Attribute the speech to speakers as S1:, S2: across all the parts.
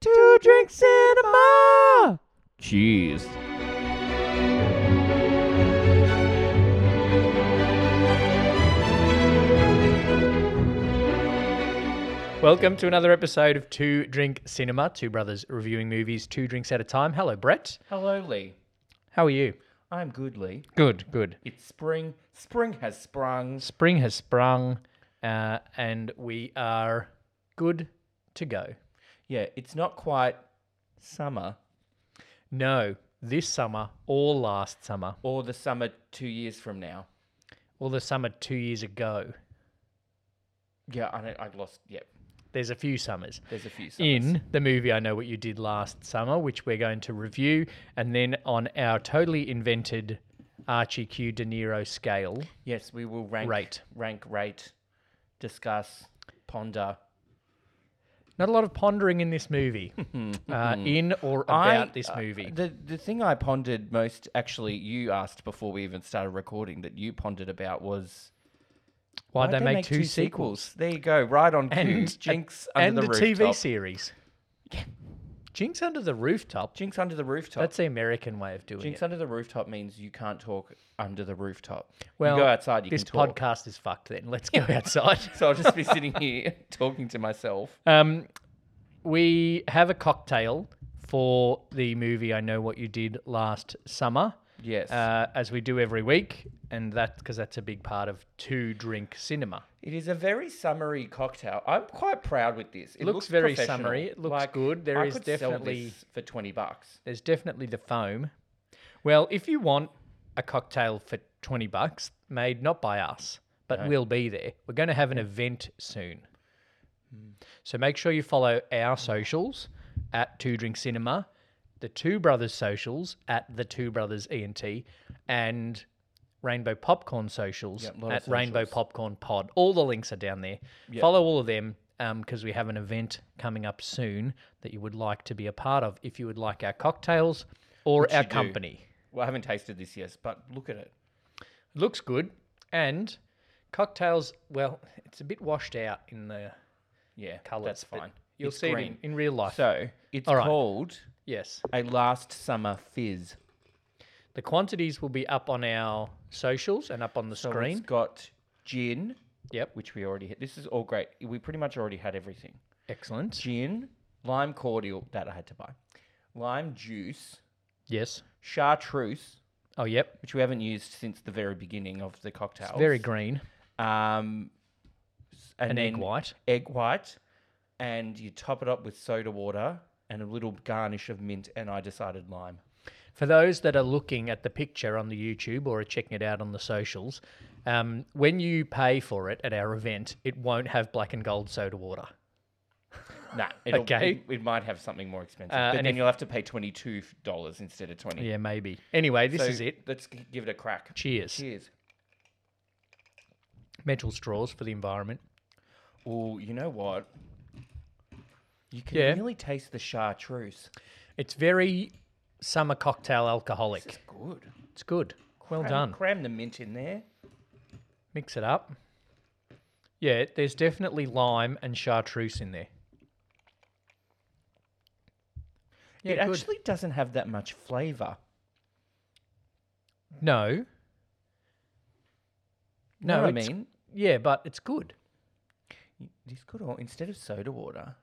S1: Two Drink Cinema! Cheers.
S2: Welcome to another episode of Two Drink Cinema, two brothers reviewing movies two drinks at a time. Hello, Brett.
S3: Hello, Lee.
S2: How are you?
S3: I'm good, Lee.
S2: Good, good.
S3: It's spring. Spring has sprung.
S2: Spring has sprung uh, and we are good to go.
S3: Yeah, it's not quite summer
S2: No, this summer or last summer
S3: or the summer two years from now.
S2: or the summer two years ago,
S3: Yeah, I don't, I've lost. Yep,
S2: there's a few summers.
S3: there's a few summers.
S2: in the movie I Know What You Did Last Summer, which we're going to review, and then on our totally invented Archie Q De Niro scale.
S3: Yes, we will rank,
S2: Rate.
S3: rank, rate, discuss, ponder.
S2: Not a lot of pondering in this movie, uh, in or about this
S3: uh,
S2: movie.
S3: the the thing I pondered most, actually, you asked before we even started recording that you pondered about was
S2: Why'd, they
S3: they
S2: make, two sequels?
S3: There you go, right on cue.
S2: And
S3: Jinx
S2: a,
S3: under
S2: and
S3: the
S2: a
S3: rooftop.
S2: TV series. Jinx under the rooftop.
S3: Jinx under the rooftop.
S2: That's the American way of doing
S3: Jinx
S2: it.
S3: under the rooftop means you can't talk under the rooftop.
S2: Well,
S3: you go outside, you
S2: this
S3: can talk.
S2: podcast is fucked. Then let's go outside.
S3: So I'll just be sitting here talking to myself.
S2: Um, we have a cocktail for the movie I Know What You Did Last Summer,
S3: Yes,
S2: uh, as we do every week, and that because that's a big part of two drink cinema.
S3: it is a very summery cocktail. I'm quite proud with this. It
S2: Looks
S3: looks,
S2: very
S3: professional.
S2: summery. It looks good. There
S3: I
S2: is
S3: could sell
S2: definitely-
S3: this for twenty bucks.
S2: There's definitely the foam. Well, if you want a cocktail for twenty bucks, made not by us, but we'll be there. We're going to have an event soon,
S3: Hmm.
S2: so make sure you follow our socials at Two Drink Cinema, the Two Brothers socials at the Two Brothers ENT, and Rainbow Popcorn socials
S3: Yeah,
S2: at
S3: a lot of
S2: Rainbow
S3: socials.
S2: Popcorn Pod. All the links are down there. Follow all of them because we have an event coming up soon that you would like to be a part of if you would like our cocktails or our
S3: do.
S2: company.
S3: Well, I haven't tasted this yet, but look at it.
S2: Looks good. And cocktails, well, it's a bit washed out in the
S3: Yeah,
S2: colours.
S3: That's
S2: but
S3: fine.
S2: You'll
S3: It's
S2: see
S3: green.
S2: it in, in real life.
S3: So it's
S2: All right.
S3: called
S2: yes.
S3: a last summer fizz.
S2: The quantities will be up on our socials and up on the
S3: So
S2: screen.
S3: it's got gin,
S2: Yep.
S3: which we already had. This is all great. We pretty much already had everything.
S2: Excellent.
S3: gin, lime cordial that I had to buy, lime juice,
S2: Yes.
S3: chartreuse,
S2: Oh, yep.
S3: which we haven't used since the very beginning of the cocktail.
S2: Very green.
S3: Um, s- and
S2: An egg
S3: then
S2: white.
S3: Egg white, and you top it up with soda water and a little garnish of mint. And I decided lime.
S2: For those that are looking at the picture on the YouTube or are checking it out on the socials, um, when you pay for it at our event, it won't have black and gold soda water.
S3: Nah, it'll,
S2: Okay.
S3: It, it might have something more expensive,
S2: Uh,
S3: but then
S2: and if-
S3: you'll have to pay twenty two dollars instead of twenty.
S2: Yeah, maybe. Anyway, this
S3: So
S2: is it.
S3: Let's g- give it a crack.
S2: Cheers.
S3: Cheers.
S2: Metal straws for the environment.
S3: Oh, you know what? You can
S2: Yeah.
S3: really taste the chartreuse.
S2: It's very summer cocktail alcoholic.
S3: It's good.
S2: It's good. Well
S3: Cram-
S2: done.
S3: Cram the mint in there.
S2: Mix it up. Yeah, there's definitely lime and chartreuse in there. Yeah,
S3: it
S2: good.
S3: actually doesn't have that much flavour.
S2: No.
S3: No, I
S2: it's-
S3: mean,
S2: Yeah, but it's good.
S3: Y- this could all instead of soda water,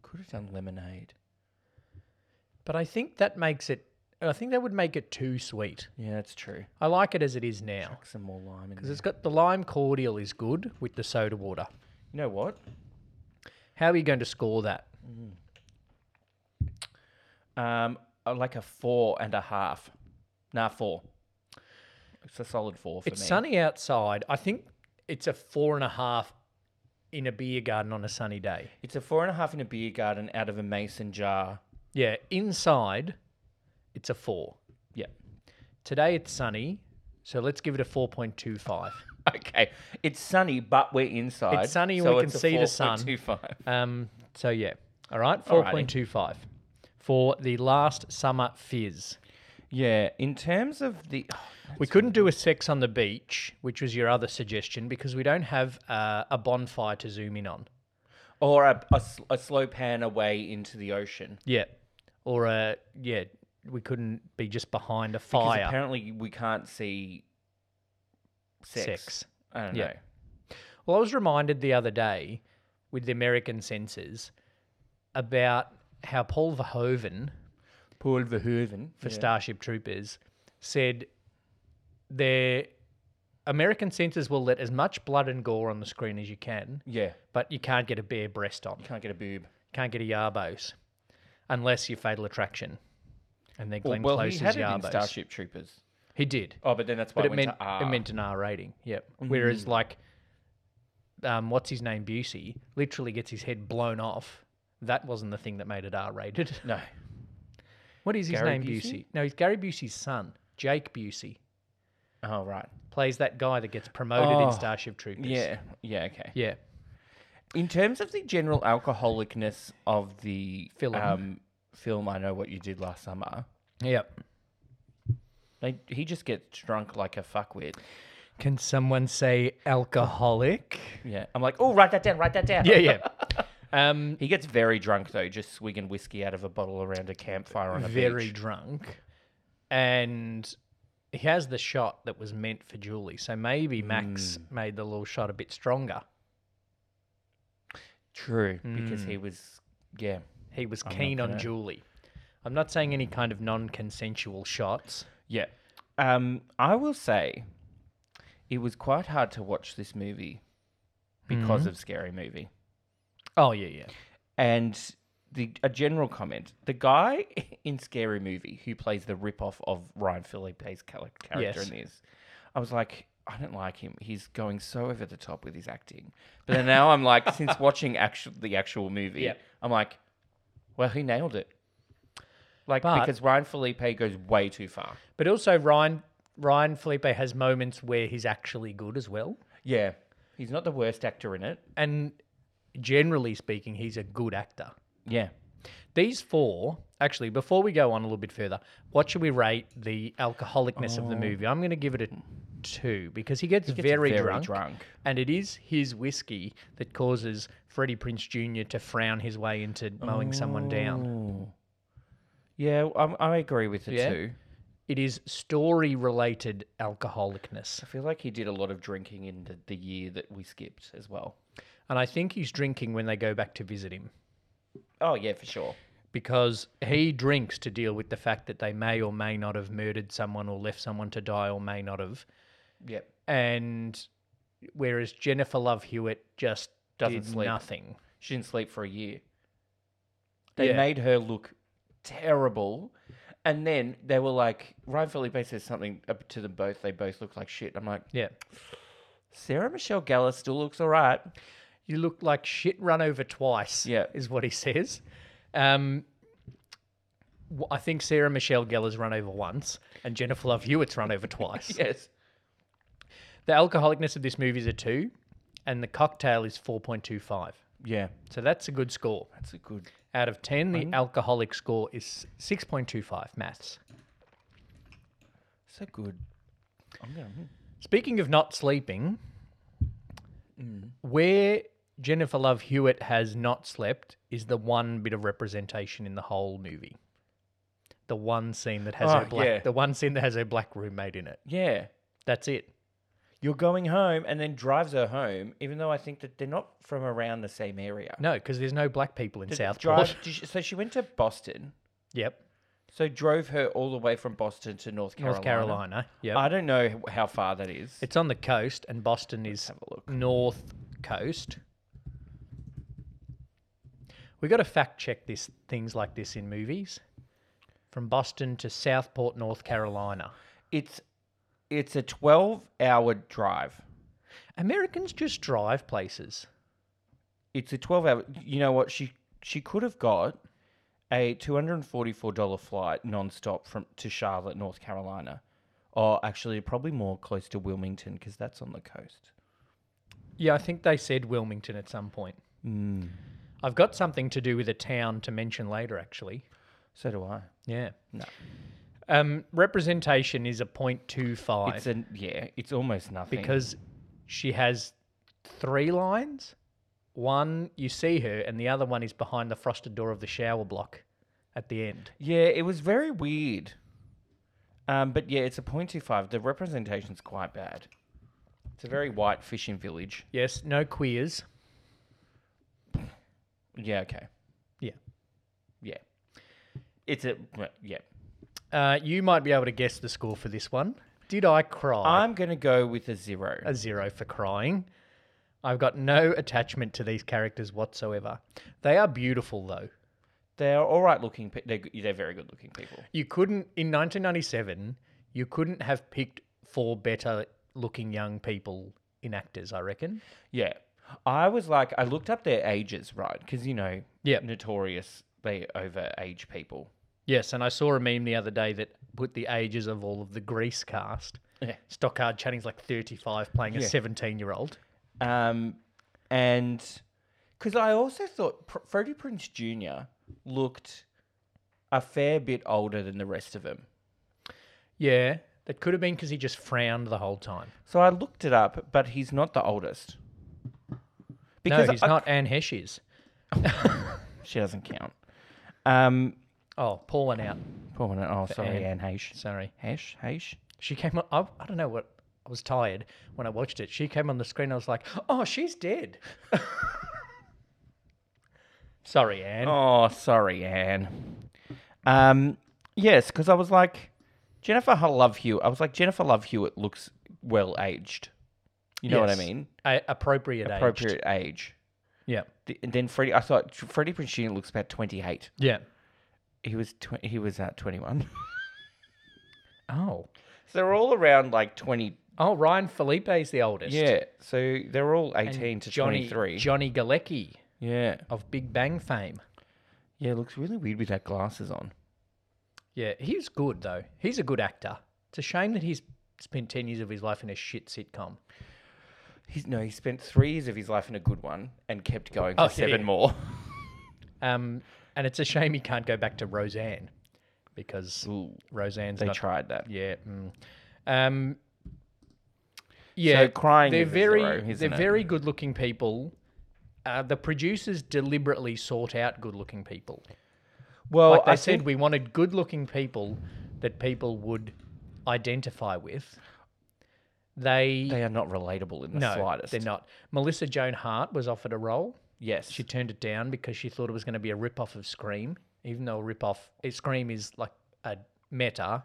S3: could have done lemonade.
S2: But I think that makes it. I think that would make it too sweet.
S3: Yeah, that's true.
S2: I like it as it is now
S3: Chuck some more lime in
S2: because
S3: there.
S2: it's got the lime cordial is good with the soda water.
S3: You know what?
S2: How are you going to score that?
S3: Um, uh, like a four and a half. Nah, four. It's a solid four for
S2: it's
S3: me.
S2: sunny outside. I think it's a four and a half in a beer garden on a sunny day.
S3: It's a four and a half in a beer garden out of a mason jar.
S2: Yeah, inside, it's a four.
S3: Yeah.
S2: Today it's sunny, so let's give it a four point two five.
S3: Okay. It's sunny, but we're inside.
S2: It's sunny and
S3: so
S2: we can
S3: it's a
S2: see the sun.
S3: 4.25.
S2: Um, so yeah, all right, four
S3: Alrighty.
S2: point two five for the last summer fizz.
S3: Yeah. In terms of the.
S2: we couldn't do a sex on the beach, which was your other suggestion, because we don't have uh, a bonfire to zoom in on.
S3: or a, a s- a slow pan away into the ocean.
S2: Yeah. Or uh yeah, we couldn't be just behind a
S3: 'Cause
S2: fire.
S3: Apparently, we can't see sex.
S2: Sex.
S3: I don't
S2: Yeah.
S3: know.
S2: Well, I was reminded the other day with the American censors about how Paul Verhoeven
S3: Paul Verhoeven.
S2: for Starship Troopers said their American censors will let as much blood and gore on the screen as you can,
S3: Yeah.
S2: but you can't get a bare breast on.
S3: You can't get a boob.
S2: Can't get a yarbos unless you're Fatal Attraction. And they're Glenn
S3: well, he
S2: Close's
S3: had it in
S2: yarbos.
S3: Starship Troopers.
S2: He did.
S3: Oh, but then that's why it
S2: But it
S3: went
S2: meant
S3: to R. Mm-hmm.
S2: it meant an R rating. Yep. Whereas like, um, what's his name? Busey literally gets his head blown off. That wasn't the thing that made it R rated.
S3: no.
S2: What is his
S3: Gary
S2: name?
S3: Busey?
S2: Busey? No, he's Gary Busey's son, Jake Busey.
S3: Oh right.
S2: Plays that guy that gets promoted
S3: Oh,
S2: in Starship Troopers.
S3: Yeah. Yeah. Okay.
S2: Yeah.
S3: In terms of the general alcoholicness of the
S2: Film.
S3: um, film, I know what you did last summer.
S2: Yep.
S3: They, he just gets drunk like a fuckwit.
S2: Can someone say alcoholic?
S3: Yeah, I'm like, oh, write that down, write that down.
S2: Yeah, yeah. Um,
S3: He gets very drunk though, just swigging whiskey out of a bottle around a campfire on a
S2: very
S3: beach.
S2: drunk, and he has the shot that was meant for Julie. So maybe Max
S3: Hmm.
S2: made the little shot a bit stronger.
S3: True, Mm. because he was, yeah,
S2: He was keen on Julie. I'm not saying any kind of non-consensual shots.
S3: yeah. Um, I will say, it was quite hard to watch this movie because of scary movie.
S2: Oh yeah, yeah.
S3: And the a general comment: the guy in Scary Movie who plays the ripoff of Ryan Philippe's cal- character
S2: Yes.
S3: in this, I was like, I don't like him. He's going so over the top with his acting. But then now I'm like, since watching actual the actual movie,
S2: Yep.
S3: I'm like, well, he nailed it. Like
S2: But-
S3: because Ryan Felipe goes way too far.
S2: But also Ryan Ryan Felipe has moments where he's actually good as well.
S3: Yeah, he's not the worst actor in it.
S2: And generally speaking, he's a good actor.
S3: Yeah,
S2: These four, actually, before we go on a little bit further, what should we rate the alcoholicness of the movie? I'm going to give it a two because Oh. he gets, very, drunk, and it is his whiskey that causes Freddie Prince Jr. to frown his way into mowing someone down.
S3: Yeah, I, I agree with the
S2: Yeah.
S3: two.
S2: It is story-related alcoholicness,
S3: I feel like he did a lot of drinking in the, the year that we skipped as well.
S2: and I think he's drinking when they go back to visit him
S3: Oh yeah, for sure.
S2: because he drinks to deal with the fact that they may or may not have murdered someone or left someone to die or may not have.
S3: Yep.
S2: and whereas Jennifer Love Hewitt just
S3: Doesn't
S2: did
S3: sleep.
S2: nothing.
S3: She didn't sleep for a year. They
S2: Yeah.
S3: made her look terrible. And then they were like, Ryan Felipe says something up to them both. They both look like shit. I'm like,
S2: Yeah,
S3: Sarah Michelle Gellar still looks all right.
S2: you look like shit run over twice.
S3: Yeah.
S2: is what he says. Um, wh- I think Sarah Michelle Gellar's run over once, and Jennifer Love Hewitt's run over twice.
S3: Yes.
S2: The alcoholicness of this movie is a two, and the cocktail is four point two five.
S3: Yeah.
S2: So that's a good score.
S3: That's a good.
S2: Out of ten, the alcoholic score is six point two five. Maths.
S3: So good. I'm gonna, hmm.
S2: Speaking of not sleeping,
S3: Hmm.
S2: where Jennifer Love Hewitt has not slept is the one bit of representation in the whole movie. The one scene that has
S3: Oh,
S2: her black,
S3: yeah.
S2: the one scene that has her black roommate in it.
S3: Yeah.
S2: That's it.
S3: You're going home and then drives her home, even though I think that they're not from around the same area.
S2: No, because there's no black people in
S3: Did-
S2: Southport.
S3: drive- did she- so she went to Boston.
S2: yep,
S3: So drove her all the way from Boston to North Carolina.
S2: North Carolina. Yep,
S3: I don't know h- how far that is.
S2: it's on the coast, and Boston is
S3: have a look.
S2: north coast. We got to fact check this things like this in movies. From Boston to Southport, North Carolina.
S3: It's it's a twelve hour drive.
S2: Americans just drive places.
S3: It's a twelve hour. You know what? She she could have got a two hundred and forty four dollar flight nonstop from to Charlotte, North Carolina, or actually probably more close to Wilmington because that's on the coast.
S2: Yeah, I think they said Wilmington at some point.
S3: Mm.
S2: I've got something to do with a town to mention later, actually.
S3: So do I.
S2: Yeah.
S3: No.
S2: Um, representation is a 0.25
S3: It's an yeah. It's almost nothing
S2: because she has three lines One, you see her, and the other one is behind the frosted door of the shower block at the end.
S3: Yeah, it was very weird. Um, but yeah, it's a 0.25. The representation's quite bad. It's a very white fishing village.
S2: Yes, no queers.
S3: Yeah, okay.
S2: Yeah.
S3: Yeah. It's a. Yeah.
S2: Uh, you might be able to guess the score for this one. Did I cry?
S3: I'm going to go with a zero.
S2: a zero for crying. I've got no attachment to these characters whatsoever. They are beautiful, though.
S3: They're all right looking. pe- They're, g- they're very good looking people.
S2: You couldn't, in 1997, you couldn't have picked four better looking young people in actors, I reckon.
S3: Yeah. I was like, I looked up their ages, right? Because, you know,
S2: Yeah.
S3: notorious, they over age people.
S2: Yes, and I saw a meme the other day that put the ages of all of the Grease cast.
S3: Yeah.
S2: Stockard Channing's like 35 playing a
S3: Yeah.
S2: 17 year old.
S3: Um, and because I also thought Pr- Freddie Prince Jr. looked a fair bit older than the rest of them.
S2: Yeah, that could have been because he just frowned the whole time.
S3: So I looked it up, but he's not the oldest. Because
S2: no, he's
S3: I-
S2: not. Anne Hesh is.
S3: She doesn't count. Um,
S2: Oh, Paul went out.
S3: poor one. Oh, sorry, Anne
S2: Anne.
S3: Hesh.
S2: Sorry.
S3: Hesh, Hesh.
S2: She came on. I, I don't know what. I was tired when I watched it. She came on the screen. I was like, oh, she's dead. Sorry, Anne.
S3: Oh, sorry, Anne. Um, yes, because I was like Jennifer H- Love Hewitt. I was like Jennifer Love Hewitt looks well aged. You know
S2: Yes.
S3: what I mean?
S2: A- appropriate, appropriate
S3: Appropriate age.
S2: Yeah.
S3: Th- And then Freddie, I thought Freddie Prinze Jr. looks about twenty eight.
S2: Yeah.
S3: He was tw- he was at twenty one.
S2: Oh.
S3: so they're all around like twenty.
S2: Oh, Ryan Felipe's the oldest.
S3: Yeah, so they're all
S2: And
S3: eighteen to twenty
S2: Johnny,
S3: three.
S2: Johnny Galecki
S3: yeah,
S2: of Big Bang fame.
S3: yeah, it looks really weird with that glasses on.
S2: Yeah, he's good, though. He's a good actor. It's a shame that he's spent 10 years of his life in a shit sitcom.
S3: He's no, he spent three years of his life in a good one and kept going for
S2: Oh, yeah,
S3: seven
S2: yeah.
S3: more.
S2: Um, and it's a shame he can't go back to Roseanne because
S3: Ooh,
S2: Roseanne's
S3: they
S2: not
S3: tried that.
S2: Yeah. mm. Um, yeah.
S3: crying
S2: They're
S3: is a
S2: very.
S3: zero,
S2: they're
S3: isn't it?
S2: very good-looking people. Uh, the producers deliberately sought out good-looking people.
S3: Well,
S2: like they
S3: I
S2: said,
S3: said,
S2: we wanted good-looking people that people would identify with. They,
S3: they are not relatable in the
S2: no,
S3: slightest.
S2: they're not. Melissa Joan Hart was offered a role.
S3: Yes,
S2: She turned it down because she thought it was going to be a rip-off of Scream, even though a rip-off eh, Scream is like a meta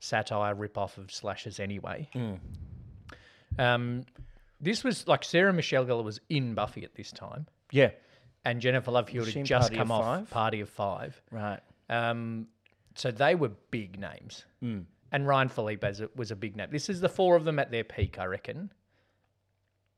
S2: satire rip-off of slashers anyway.
S3: Mm.
S2: Um, this was like Sarah Michelle Gellar was in Buffy at this time,
S3: yeah,
S2: and Jennifer Love Hewitt
S3: Was she
S2: had
S3: in
S2: just
S3: Party of
S2: come off
S3: Five?
S2: Party of Five.
S3: right.
S2: Um, so they were big names,
S3: Mm.
S2: and Ryan Felipe was a- was a big name. This is the four of them at their peak, I reckon.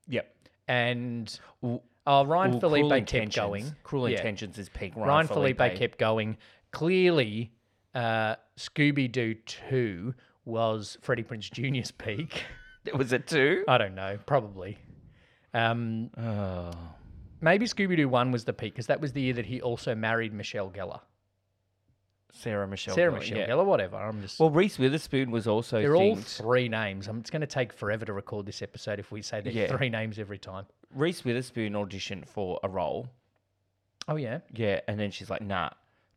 S3: Yep.
S2: And oh, Ryan
S3: Ooh,
S2: Felipe
S3: Cruel
S2: kept
S3: Intentions.
S2: going.
S3: Cruel
S2: Yeah.
S3: Intentions is peak. Ryan,
S2: Ryan
S3: Felipe,
S2: Felipe, kept going. Clearly, uh, Scooby Doo 2 was Freddie Prince Jr.'s peak.
S3: Was it two?
S2: I don't know, probably. Um,
S3: Oh.
S2: maybe Scooby Doo 1 was the peak because that was the year that he also married Michelle Geller.
S3: Sarah Michelle.
S2: Sarah
S3: Gellar,
S2: Michelle
S3: yeah.
S2: Geller, whatever. I'm just.
S3: Well, Reese Witherspoon was also.
S2: they're all
S3: thinged.
S2: three names. I'm, it's going to take forever to record this episode if we say there's
S3: Yeah.
S2: three names every time.
S3: Reese Witherspoon auditioned for a role.
S2: Oh, yeah.
S3: Yeah, and then she's like, "Nah."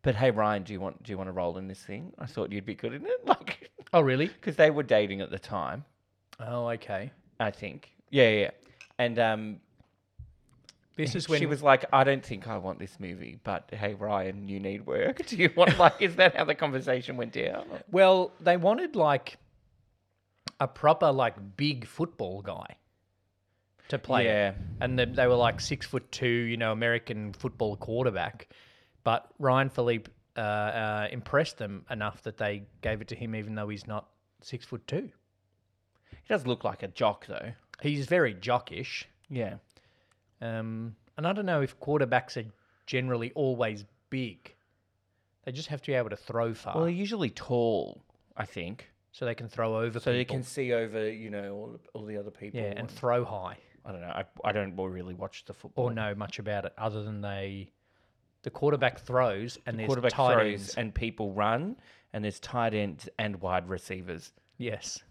S3: But hey, Ryan, do you want do you want a role in this thing? I thought you'd be good in it, like
S2: Oh, really?
S3: because they were dating at the time.
S2: Oh, okay.
S3: I think. Yeah, yeah. And um,
S2: This is
S3: she
S2: when
S3: was like, I don't think I want this movie, but hey, Ryan, you need work. Do you want, like, is that how the conversation went down?
S2: Well, they wanted like a proper like big football guy to play. it.
S3: Yeah.
S2: And they, they were like six foot two, you know, American football quarterback. But Ryan Philippe uh, uh, impressed them enough that they gave it to him, even though he's not six foot two.
S3: He does look like a jock, though.
S2: He's very jockish.
S3: Yeah.
S2: Um, and I don't know if quarterbacks are generally always big. They just have to be able to throw far
S3: Well, they're usually tall, I think.
S2: so they can throw over
S3: So
S2: people.
S3: they can see over, you know, all, the- all the other people.
S2: yeah, and throw high.
S3: I don't know. I, I don't really watch the football.
S2: or know much about it other than they the quarterback throws and there's
S3: Quarterback
S2: tight
S3: throws
S2: ends.
S3: and people run, and there's tight ends and wide receivers.
S2: Yes.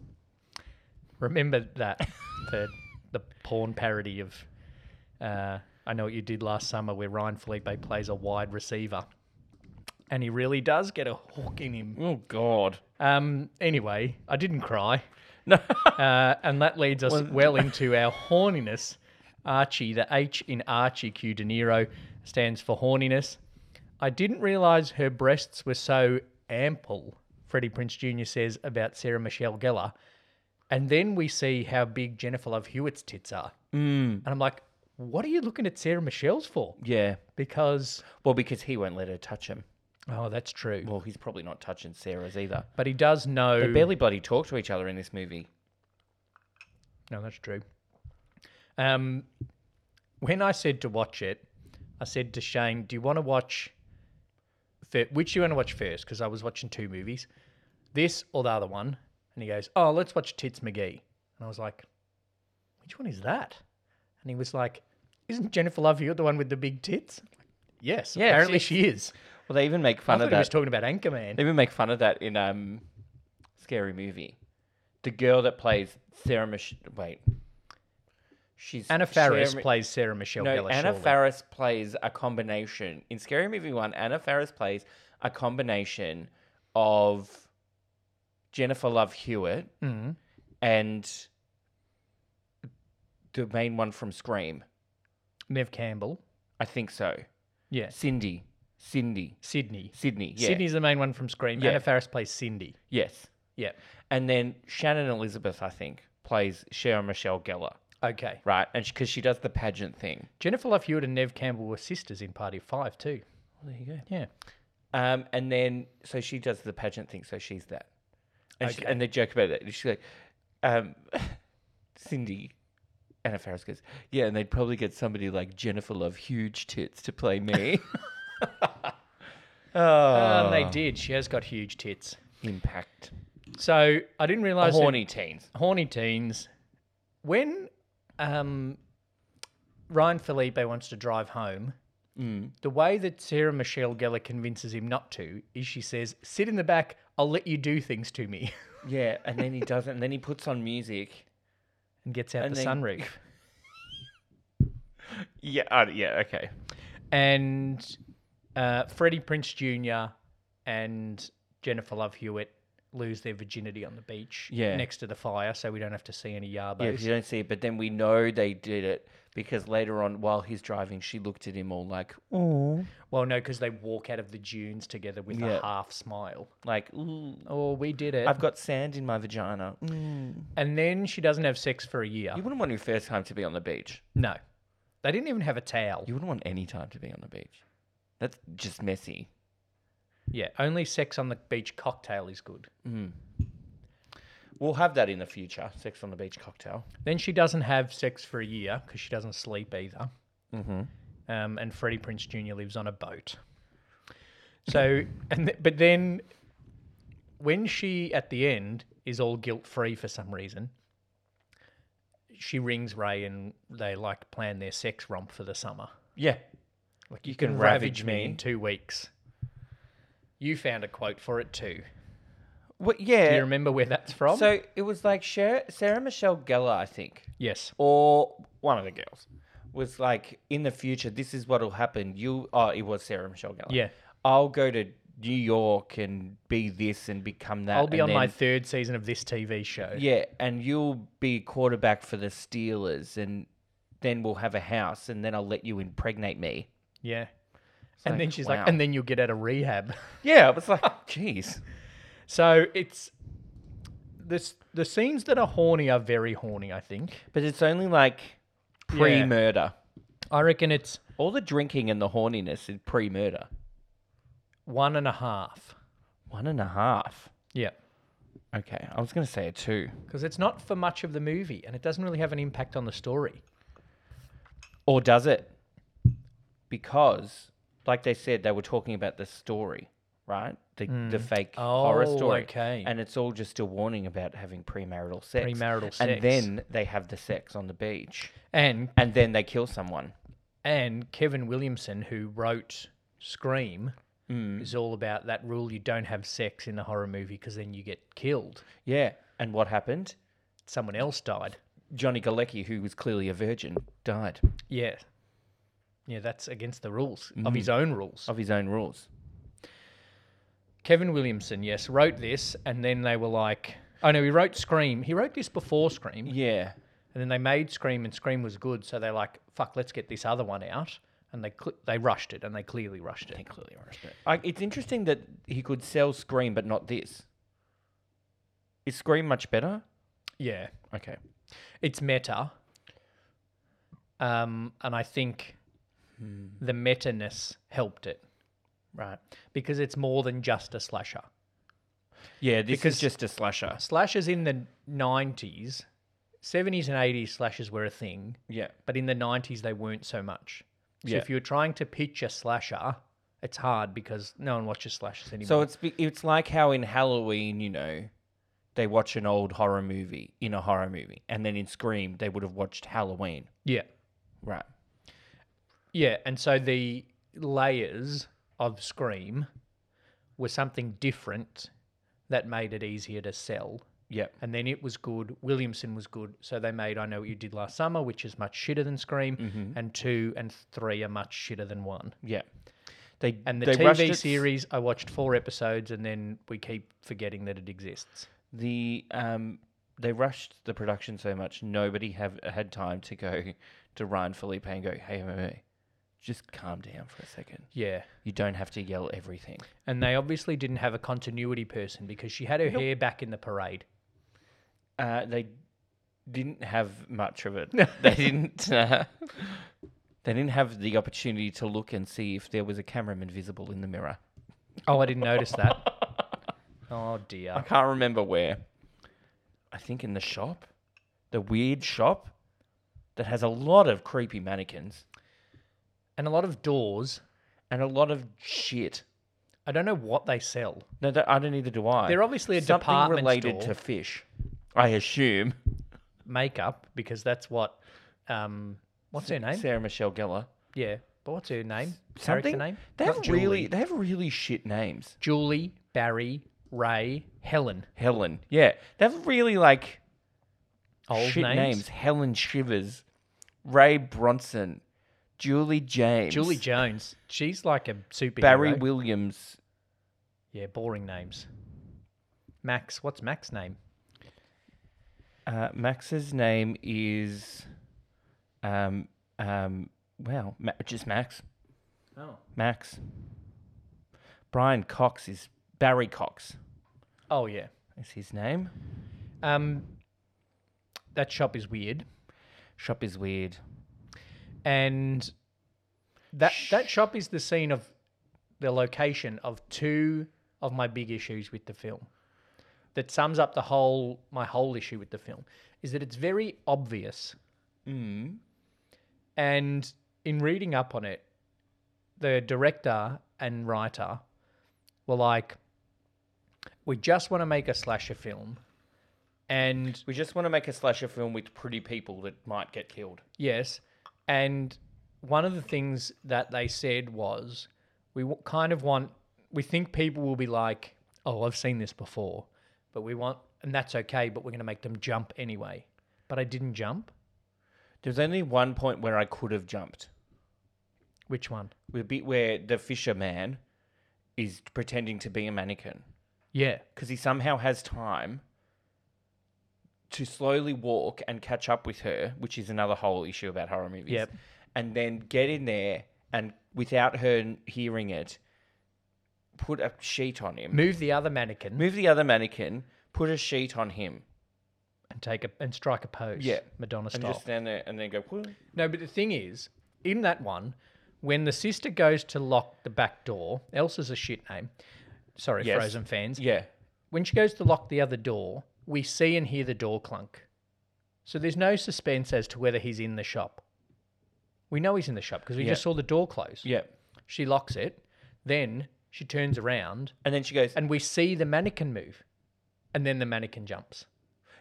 S2: Remember that the the porn parody of uh, I know what you did last summer where Ryan Felipe plays a wide receiver. And he really does get a hook in him.
S3: Oh God.
S2: Um, anyway, I didn't cry.
S3: No.
S2: Uh, and that leads us well into our horniness. Archie, the H in Archie Q De Niro stands for horniness. I didn't realize her breasts were so ample, Freddie Prince Jr. says about Sarah Michelle Gellar. And then we see how big Jennifer Love Hewitt's tits are. And I'm like, what are you looking at Sarah Michelle's for?
S3: yeah.
S2: Because,
S3: Well, because he won't let her touch him.
S2: oh, that's true.
S3: Well, he's probably not touching Sarah's either.
S2: But he does know.
S3: They barely bloody talk to each other in this movie.
S2: No, that's true. Um, when I said to watch it, I said to Shane, "Do you want to watch? Fir- which do you want to watch first? Because I was watching two movies, this or the other one." And he goes, "Oh, let's watch Tits McGee." And I was like, "Which one is that?" And he was like, "Isn't Jennifer Love Hewitt the one with the big tits?" I'm like, yes,
S3: Yeah,
S2: apparently
S3: she
S2: she is.
S3: Well, they even make
S2: I
S3: fun
S2: thought
S3: of
S2: he was
S3: that.
S2: talking about Anchorman.
S3: They even make fun of that in um, Scary Movie. The girl that plays Sarah Mich- wait, she's
S2: Anna Faris
S3: Sarah Mi-
S2: plays Sarah Michelle
S3: No,
S2: Gellar.
S3: Anna
S2: surely.
S3: Faris plays a combination in Scary Movie One. Anna Faris plays a combination of Jennifer Love Hewitt
S2: Mhm.
S3: and the main one from Scream.
S2: Nev Campbell.
S3: I think so.
S2: Yeah,
S3: Cindy, Cindy,
S2: Sydney.
S3: Sydney. Yeah.
S2: Sydney's the main one from Scream.
S3: Yeah.
S2: Anna Faris plays Cindy.
S3: Yes.
S2: Yeah.
S3: And then Shannon Elizabeth, I think, plays Sarah Michelle Gellar,
S2: Okay.
S3: right? And because she, does the pageant thing.
S2: Jennifer Love Hewitt and Nev Campbell were sisters in Party of Five too.
S3: Well, Oh, there you go.
S2: Yeah.
S3: Um, and then so she does the pageant thing, so she's that. And, she-
S2: Okay.
S3: and they joke about it. And she's like, um, Cindy. Anna Faris goes, yeah, and they'd probably get somebody like Jennifer Love, huge tits, to play me. oh,
S2: Um, they did. She has got huge tits.
S3: impact.
S2: So I didn't realize that-
S3: Horny teens.
S2: horny teens. When um, Ryan Felipe wants to drive home,
S3: Hmm.
S2: the way that Sarah Michelle Gellar convinces him not to is she says, "Sit in the back. I'll let you do things to me,"
S3: Yeah, and then he doesn't. And then he puts on music.
S2: and gets out
S3: And
S2: the
S3: then-
S2: sunroof.
S3: Yeah, uh, yeah, okay.
S2: and uh, Freddie Prince Jr. and Jennifer Love Hewitt lose their virginity on the beach
S3: Yeah.
S2: next to the fire, so we don't have to see any
S3: Yeah,
S2: yarbos.
S3: because you don't see it, but then we know they did it because later on, while he's driving, she looked at him all like, "Oh,
S2: Well, no, because they walk out of the dunes together with
S3: Yeah.
S2: a half smile.
S3: like, ooh,
S2: Oh, we did it.
S3: I've got sand in my vagina." Mm.
S2: And then she doesn't have sex for a year.
S3: You wouldn't want your first time to be on the beach.
S2: No. They didn't even have a towel.
S3: You wouldn't want any time to be on the beach. That's just messy.
S2: Yeah, only sex on the beach cocktail is good.
S3: We'll have that in the future. Sex on the beach cocktail.
S2: Then she doesn't have sex for a year because she doesn't sleep either. Mm-hmm. Um, and Freddie Prince Jr. lives on a boat. So, and th- but then when she at the end is all guilt free for some reason, she rings Ray and they like plan their sex romp for the summer.
S3: Yeah,
S2: Like you,
S3: can
S2: can,
S3: ravage
S2: ravage me
S3: me.
S2: in two weeks. You found a quote for it too.
S3: what?
S2: Do you
S3: Yeah.
S2: remember where that's from?
S3: So it was like Sarah, Sarah Michelle Gellar, I think.
S2: yes.
S3: or one of the girls was like, in the future, this is what'll happen. You, oh, it was Sarah Michelle Gellar.
S2: Yeah.
S3: I'll go to New York and be this and become that.
S2: I'll be
S3: and
S2: on my
S3: then-
S2: third season of this TV show.
S3: yeah, and you'll be quarterback for the Steelers, and then we'll have a house, and then I'll let you impregnate me.
S2: Yeah. and
S3: like,
S2: then she's
S3: wow.
S2: like, and then you'll get out of rehab.
S3: Yeah, I was like, jeez.
S2: so it's this the scenes that are horny are very horny, I think.
S3: But it's only like pre-murder.
S2: I reckon it's
S3: All the drinking and the horniness is pre-murder.
S2: one and a half.
S3: One and a half.
S2: Yeah.
S3: Okay, I was gonna say a two.
S2: Because it's not for much of the movie and it doesn't really have an impact on the story.
S3: Or does it? Because, like they said, they were talking about the story, right? The, the fake horror
S2: Oh,
S3: story.
S2: okay.
S3: And it's all just a warning about having premarital sex.
S2: Premarital
S3: And
S2: sex.
S3: then they have the sex on the beach.
S2: And
S3: And then they kill someone.
S2: and Kevin Williamson, who wrote Scream, is all about that rule you don't have sex in a horror movie because then you get killed.
S3: Yeah. And what happened?
S2: Someone else died.
S3: Johnny Galecki, who was clearly a virgin, died.
S2: Yeah. Mm. Yeah, that's against the rules of his own rules.
S3: of his own rules.
S2: Kevin Williamson, yes, wrote this, and then they were like, oh no, he wrote Scream. He wrote this before Scream,
S3: Yeah.
S2: and then they made Scream, and Scream was good, so they're like, fuck, let's get this other one out, and they cl- they rushed it, and they clearly rushed it. They clearly rushed it.
S3: I, it's interesting that he could sell Scream, but not this. Is Scream much better?
S2: Yeah,
S3: Okay.
S2: it's meta, um, and I think the meta ness helped it, right? Because it's more than just a slasher.
S3: Yeah, this
S2: Because-
S3: is just a slasher.
S2: Slashers in the 90s, 70s and 80s slashers were a thing,
S3: Yeah.
S2: but in the 90s they weren't so much. So
S3: Yeah.
S2: if you're trying to pitch a slasher, it's hard because no one watches slashers anymore.
S3: So it's be- it's like how in Halloween, you know, they watch an old horror movie in a horror movie, and then in Scream they would have watched Halloween.
S2: yeah.
S3: Right.
S2: Yeah, and so the layers of Scream were something different that made it easier to sell.
S3: Yeah.
S2: And then it was good. Williamson was good. So they made I Know What You Did Last Summer, which is much shitter than Scream,
S3: Mm-hmm.
S2: and two and three are much shitter than one.
S3: Yeah. They
S2: And the
S3: they rushed
S2: TV
S3: it-
S2: series, I watched four episodes, and then we keep forgetting that it exists.
S3: the um they rushed the production so much nobody have had time to go to Ryan Felipe and go, hey, hey, hey, just calm down for a second.
S2: Yeah,
S3: You don't have to yell everything.
S2: and they obviously didn't have a continuity person because she had her hair back in the parade.
S3: Uh, they didn't have much of it. they didn't. Uh, they didn't have the opportunity to look and see if there was a cameraman visible in the mirror.
S2: Oh, I didn't notice that. Oh
S3: I
S2: dear.
S3: can't remember where. I think in the shop, the weird shop that has a lot of creepy mannequins
S2: And a lot of doors.
S3: and a lot of shit.
S2: I don't know what they sell.
S3: No, that, I don't either. Do I?
S2: They're obviously a
S3: Something
S2: department
S3: related to
S2: store.
S3: fish. I assume.
S2: Makeup, because that's what. Um, what's her name?
S3: Sarah Michelle Gellar.
S2: Yeah, but what's her name?
S3: Something.
S2: Character name?
S3: They
S2: Not
S3: have
S2: Julie.
S3: really. They have really shit names.
S2: Julie, Barry, Ray, Helen.
S3: Helen. Yeah, they have really like
S2: Old
S3: shit names.
S2: names.
S3: Helen Shivers, Ray Bronson, Julie James,
S2: Julie Jones. She's like a superhero.
S3: Barry Williams.
S2: Yeah, boring names. Max, what's Max's name?
S3: Uh, Max's name is, um, um, wow, Ma- just Max.
S2: Oh.
S3: Max. Brian Cox is Barry Cox.
S2: Oh yeah.
S3: Is his name?
S2: Um that shop is weird.
S3: Shop is weird.
S2: And that that shop is the scene of the location of two of my big issues with the film. That sums up the whole my whole issue with the film is that it's very obvious. And in reading up on it, the director and writer were like, we just want to make a slasher film. And
S3: We just want to make a slasher film with pretty people that might get killed.
S2: yes, and one of the things that they said was, we w- kind of want, we think people will be like, oh, I've seen this before, but we want, and that's okay, but we're going to make them jump anyway. But I didn't jump.
S3: There's only one point where I could have jumped.
S2: Which one?
S3: The bit where the fisherman is pretending to be a mannequin
S2: Yeah.
S3: because he somehow has time to slowly walk and catch up with her, which is another whole issue about horror movies.
S2: Yep.
S3: And then get in there and without her n- hearing it, put a sheet on him.
S2: Move the other mannequin
S3: Move the other mannequin, put a sheet on him,
S2: and take a and strike a pose.
S3: Yeah.
S2: Madonna
S3: and
S2: style.
S3: just stand there and then go. "Whoa."
S2: No, but the thing is, in that one, when the sister goes to lock the back door, Elsa's a shit name. Sorry,
S3: Yes.
S2: Frozen fans.
S3: Yeah.
S2: When she goes to lock the other door, we see and hear the door clunk. So there's no suspense as to whether he's in the shop. We know he's in the shop because we
S3: Yeah.
S2: just saw the door close.
S3: Yeah.
S2: She locks it, then she turns around
S3: And then she goes,
S2: and we see the mannequin move. And then the mannequin jumps.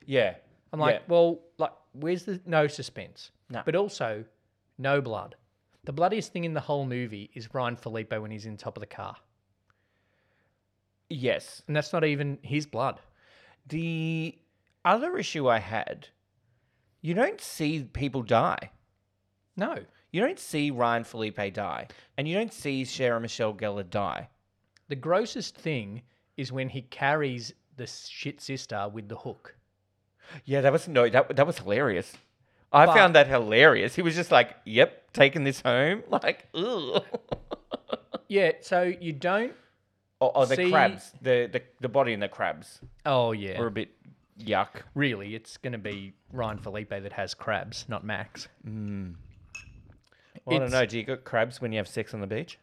S3: Yeah.
S2: I'm like,
S3: Yeah.
S2: well, like, where's the no suspense?
S3: No.
S2: But also, no blood. The bloodiest thing in the whole movie is Ryan Filippo when he's in top of the car,
S3: Yes.
S2: and that's not even his blood.
S3: The other issue I had, you don't see people die.
S2: No,
S3: You don't see Ryan Felipe die, and you don't see Sarah Michelle Gellar die.
S2: The grossest thing is when he carries the shit sister with the hook.
S3: Yeah, that was no, that that was hilarious. I
S2: But-
S3: found that hilarious. He was just like, "Yep, taking this home." Like, ugh.
S2: Yeah, so you don't.
S3: Oh, oh, the
S2: See-
S3: crabs, the, the the body and the crabs
S2: Oh yeah,
S3: were a bit yuck.
S2: really, it's going to be Ryan Felipe that has crabs, not Max.
S3: Well, I don't
S2: It's-
S3: know. Do you get crabs when you have sex on the beach?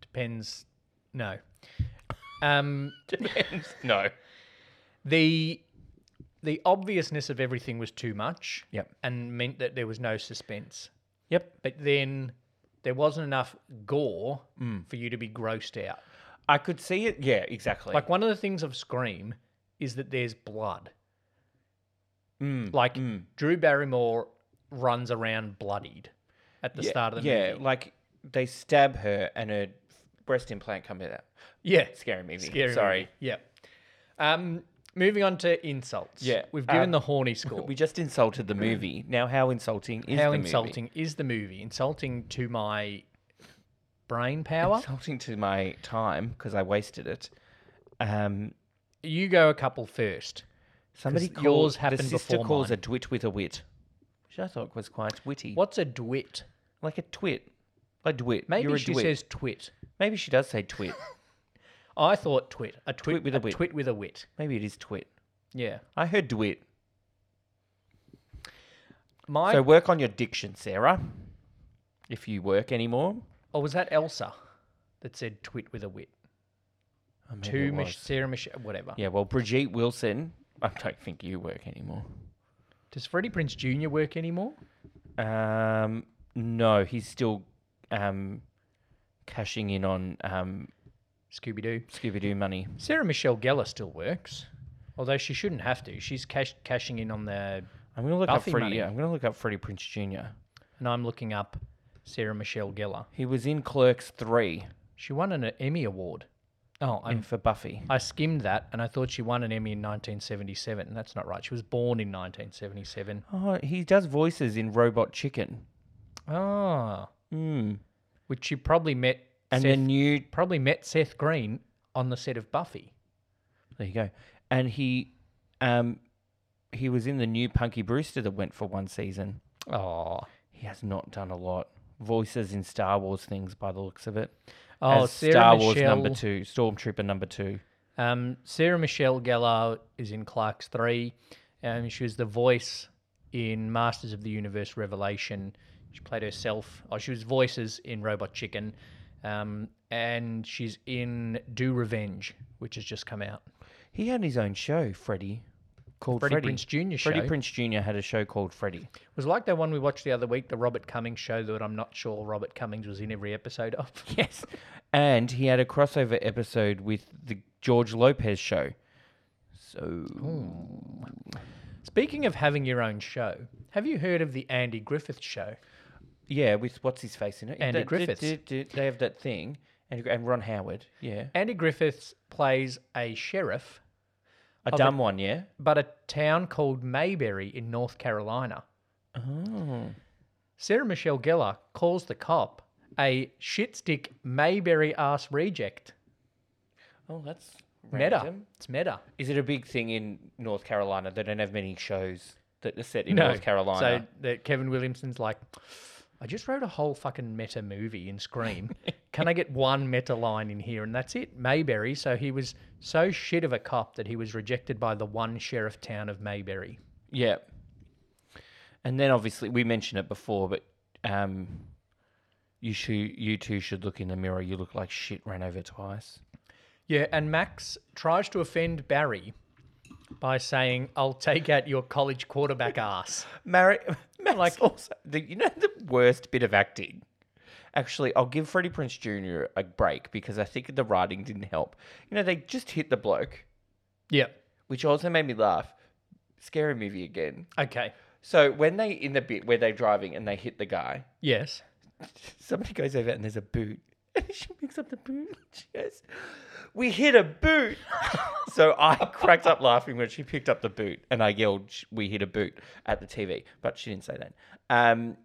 S2: Depends. No. Um,
S3: Depends. no.
S2: the the obviousness of everything was too much.
S3: Yep.
S2: And meant that there was no suspense.
S3: Yep.
S2: But then there wasn't enough gore for you to be grossed out.
S3: I could see it. Yeah, exactly.
S2: Like one of the things of Scream is that there's blood.
S3: Mm,
S2: like Drew Barrymore runs around bloodied at the
S3: yeah,
S2: start of the
S3: yeah,
S2: movie.
S3: like they stab her and her breast implant comes out.
S2: Yeah.
S3: Scary movie.
S2: Scary.
S3: Sorry.
S2: movie, Yeah. Um, moving on to insults.
S3: Yeah,
S2: We've given
S3: um,
S2: the horny score.
S3: We just insulted the movie. Now, how insulting is
S2: How
S3: the
S2: insulting is the movie? Insulting to my brain
S3: Movie?
S2: power.
S3: Insulting to my time because I wasted it. Um,
S2: You go a couple first.
S3: somebody
S2: 'Cause yours
S3: calls
S2: happened
S3: the sister
S2: before
S3: calls
S2: mine.
S3: a twit with a wit, which I thought was quite witty.
S2: What's a dwit?
S3: Like a twit, a dwit.
S2: Maybe
S3: You're a
S2: she
S3: dwit.
S2: says twit.
S3: Maybe she does say twit.
S2: I thought twit. A twit,
S3: Twit with a wit.
S2: Twit with a wit.
S3: Maybe it is twit.
S2: Yeah.
S3: I heard dwit.
S2: My.
S3: So work on your diction, Sarah. If you work anymore.
S2: oh, was that Elsa that said twit with a wit?
S3: Oh, maybe
S2: To
S3: it was.
S2: Mich- Sarah Michelle, whatever.
S3: Yeah, well, Brigitte Wilson. I don't think you work anymore.
S2: Does Freddie Prince Jr. work anymore?
S3: Um, no, he's still um, cashing in on um,
S2: Scooby Doo.
S3: Scooby Doo money.
S2: Sarah Michelle Gellar still works, although she shouldn't have to. She's cash- cashing in on the,
S3: I'm gonna look
S2: Buffy
S3: up Freddie.
S2: money.
S3: Yeah, I'm gonna look up Freddie Prince Jr.
S2: and I'm looking up Sarah Michelle Gellar.
S3: He was in Clerks three
S2: She won an Emmy award. Oh, i
S3: and for Buffy.
S2: I skimmed that, and I thought she won an Emmy in 1977. That's not right. She was born in 1977.
S3: Oh, he does voices in Robot Chicken.
S2: Ah,
S3: Hmm.
S2: which she probably met.
S3: And
S2: Seth,
S3: then you
S2: probably met Seth Green on the set of Buffy.
S3: there you go. And he, um, he was in the new Punky Brewster that went for one season.
S2: Oh,
S3: He has not done a lot. Voices in Star Wars things by the looks of it.
S2: oh,
S3: as
S2: Sarah
S3: Star
S2: Michelle.
S3: Wars number two, Stormtrooper number two.
S2: Um, Sarah Michelle Gellar is in Clark's Three. Um, she was the voice in Masters of the Universe Revelation. She played herself. Oh, she was voices in Robot Chicken, um, and she's in Do Revenge, which has just come out.
S3: He had his own show, Freddie, called
S2: Freddie
S3: Freddie.
S2: Prince Jr. show
S3: Freddie Prince Jr. had a show called Freddie.
S2: It was like that one we watched the other week, the Robert Cummings show that I'm not sure Robert Cummings was in every episode of.
S3: Yes. And he had a crossover episode with the George Lopez show. So
S2: Speaking of having your own show, have you heard of the Andy Griffith show?
S3: yeah, with what's his face in it?
S2: Andy
S3: They- they-
S2: Griffiths.
S3: They, they- they have that thing, and, and Ron Howard. Yeah,
S2: Andy Griffith plays a sheriff
S3: a dumb one. Yeah.
S2: but a town called Mayberry in North Carolina.
S3: Oh.
S2: Sarah Michelle Gellar calls the cop a shitstick Mayberry ass reject.
S3: Oh, that's
S2: Meta.
S3: random.
S2: It's meta.
S3: Is it a big thing in North Carolina? They don't have many shows that are set in North
S2: So
S3: Carolina.
S2: that Kevin Williamson's like, I just wrote a whole fucking meta movie in Scream. Can I get one meta line in here? And that's it. Mayberry. So he was so shit of a cop that he was rejected by the one sheriff town of Mayberry.
S3: Yeah. And then obviously we mentioned it before, but um, you should you two should look in the mirror. You look like shit ran over twice.
S2: Yeah, and Max tries to offend Barry by saying, I'll take out your college quarterback ass.
S3: Mary, like also the, you know the worst bit of acting. Actually, I'll give Freddie Prince Jr. a break because I think the writing didn't help. You know they just hit the bloke,
S2: Yeah.
S3: which also made me laugh. Scary movie again.
S2: Okay.
S3: So when they in the bit where they're driving and they hit the guy,
S2: Yes.
S3: somebody goes over and there's a boot. And she picks up the boot. and She goes, We hit a boot. so I cracked up laughing when she picked up the boot and I yelled, "Sh- We hit a boot at the TV. But she didn't say that. Um,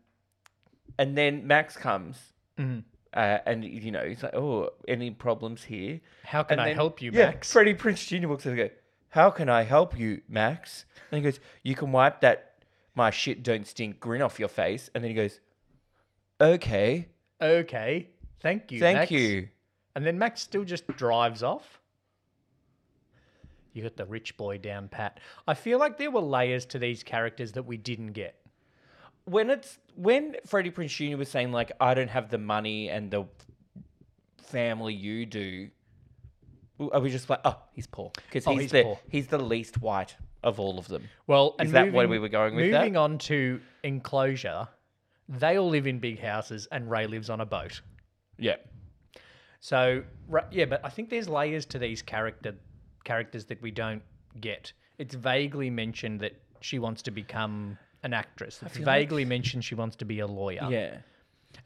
S3: And then Max comes, uh, and you know he's like, "Oh, any problems here?"
S2: How can
S3: And
S2: I
S3: then-
S2: help you,
S3: yeah,
S2: Max?
S3: Freddie Prince Jr. walks in and goes, How can I help you, Max? And he goes, You can wipe that my shit don't stink grin off your face. And then he goes, Okay,
S2: okay, thank you.
S3: thank
S2: Max."
S3: you.
S2: And then Max still just drives off. You got the rich boy down pat. I feel like there were layers to these characters that we didn't get.
S3: When it's when Freddie Prince Jr. was saying, like, I don't have the money and the family you do, w- are we just like, oh, he's poor. Because
S2: Oh,
S3: he's,
S2: he's
S3: the
S2: poor.
S3: he's the least white of all of them.
S2: Well,
S3: Is
S2: and
S3: that
S2: moving,
S3: where we were going with that?
S2: Moving on to enclosure, they all live in big houses, and Ray lives on a boat.
S3: Yeah.
S2: So ra- yeah, but I think there's layers to these character characters that we don't get. It's vaguely mentioned that she wants to become an actress. It's vaguely mentioned she wants to be a lawyer.
S3: Yeah.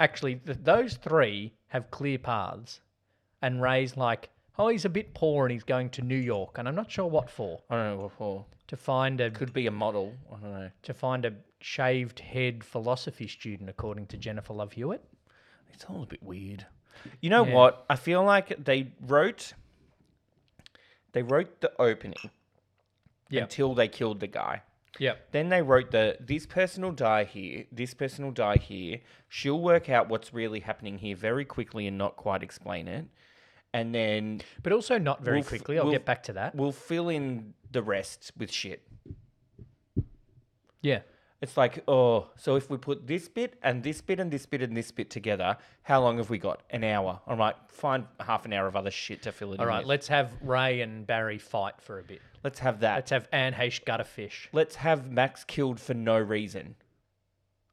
S2: Actually, th- those three have clear paths, and Ray's like, "Oh, he's a bit poor, and he's going to New York, and I'm not sure what for.
S3: I don't know what for.
S2: To find a
S3: Could be a model. I don't know.
S2: to find a shaved head philosophy student, according to Jennifer Love Hewitt.
S3: It's all a bit weird. You know
S2: Yeah.
S3: what? I feel like they wrote they wrote the opening
S2: Yeah.
S3: until they killed the guy.
S2: Yep.
S3: Then they wrote the this person will die here, this person will die here. She'll work out what's really happening here very quickly and not quite explain it. And then
S2: But also not very
S3: We'll f-
S2: quickly. I'll
S3: we'll
S2: get
S3: f-
S2: back to that.
S3: we'll fill in the rest with shit.
S2: Yeah.
S3: It's like, oh, so if we put this bit and this bit and this bit and this bit together, how long have we got? An hour. All right, find half an hour of other shit to fill it
S2: All
S3: in.
S2: right,
S3: with.
S2: let's have Ray and Barry fight for a bit.
S3: let's have that.
S2: Let's have Anne Heche gut a fish.
S3: let's have Max killed for no reason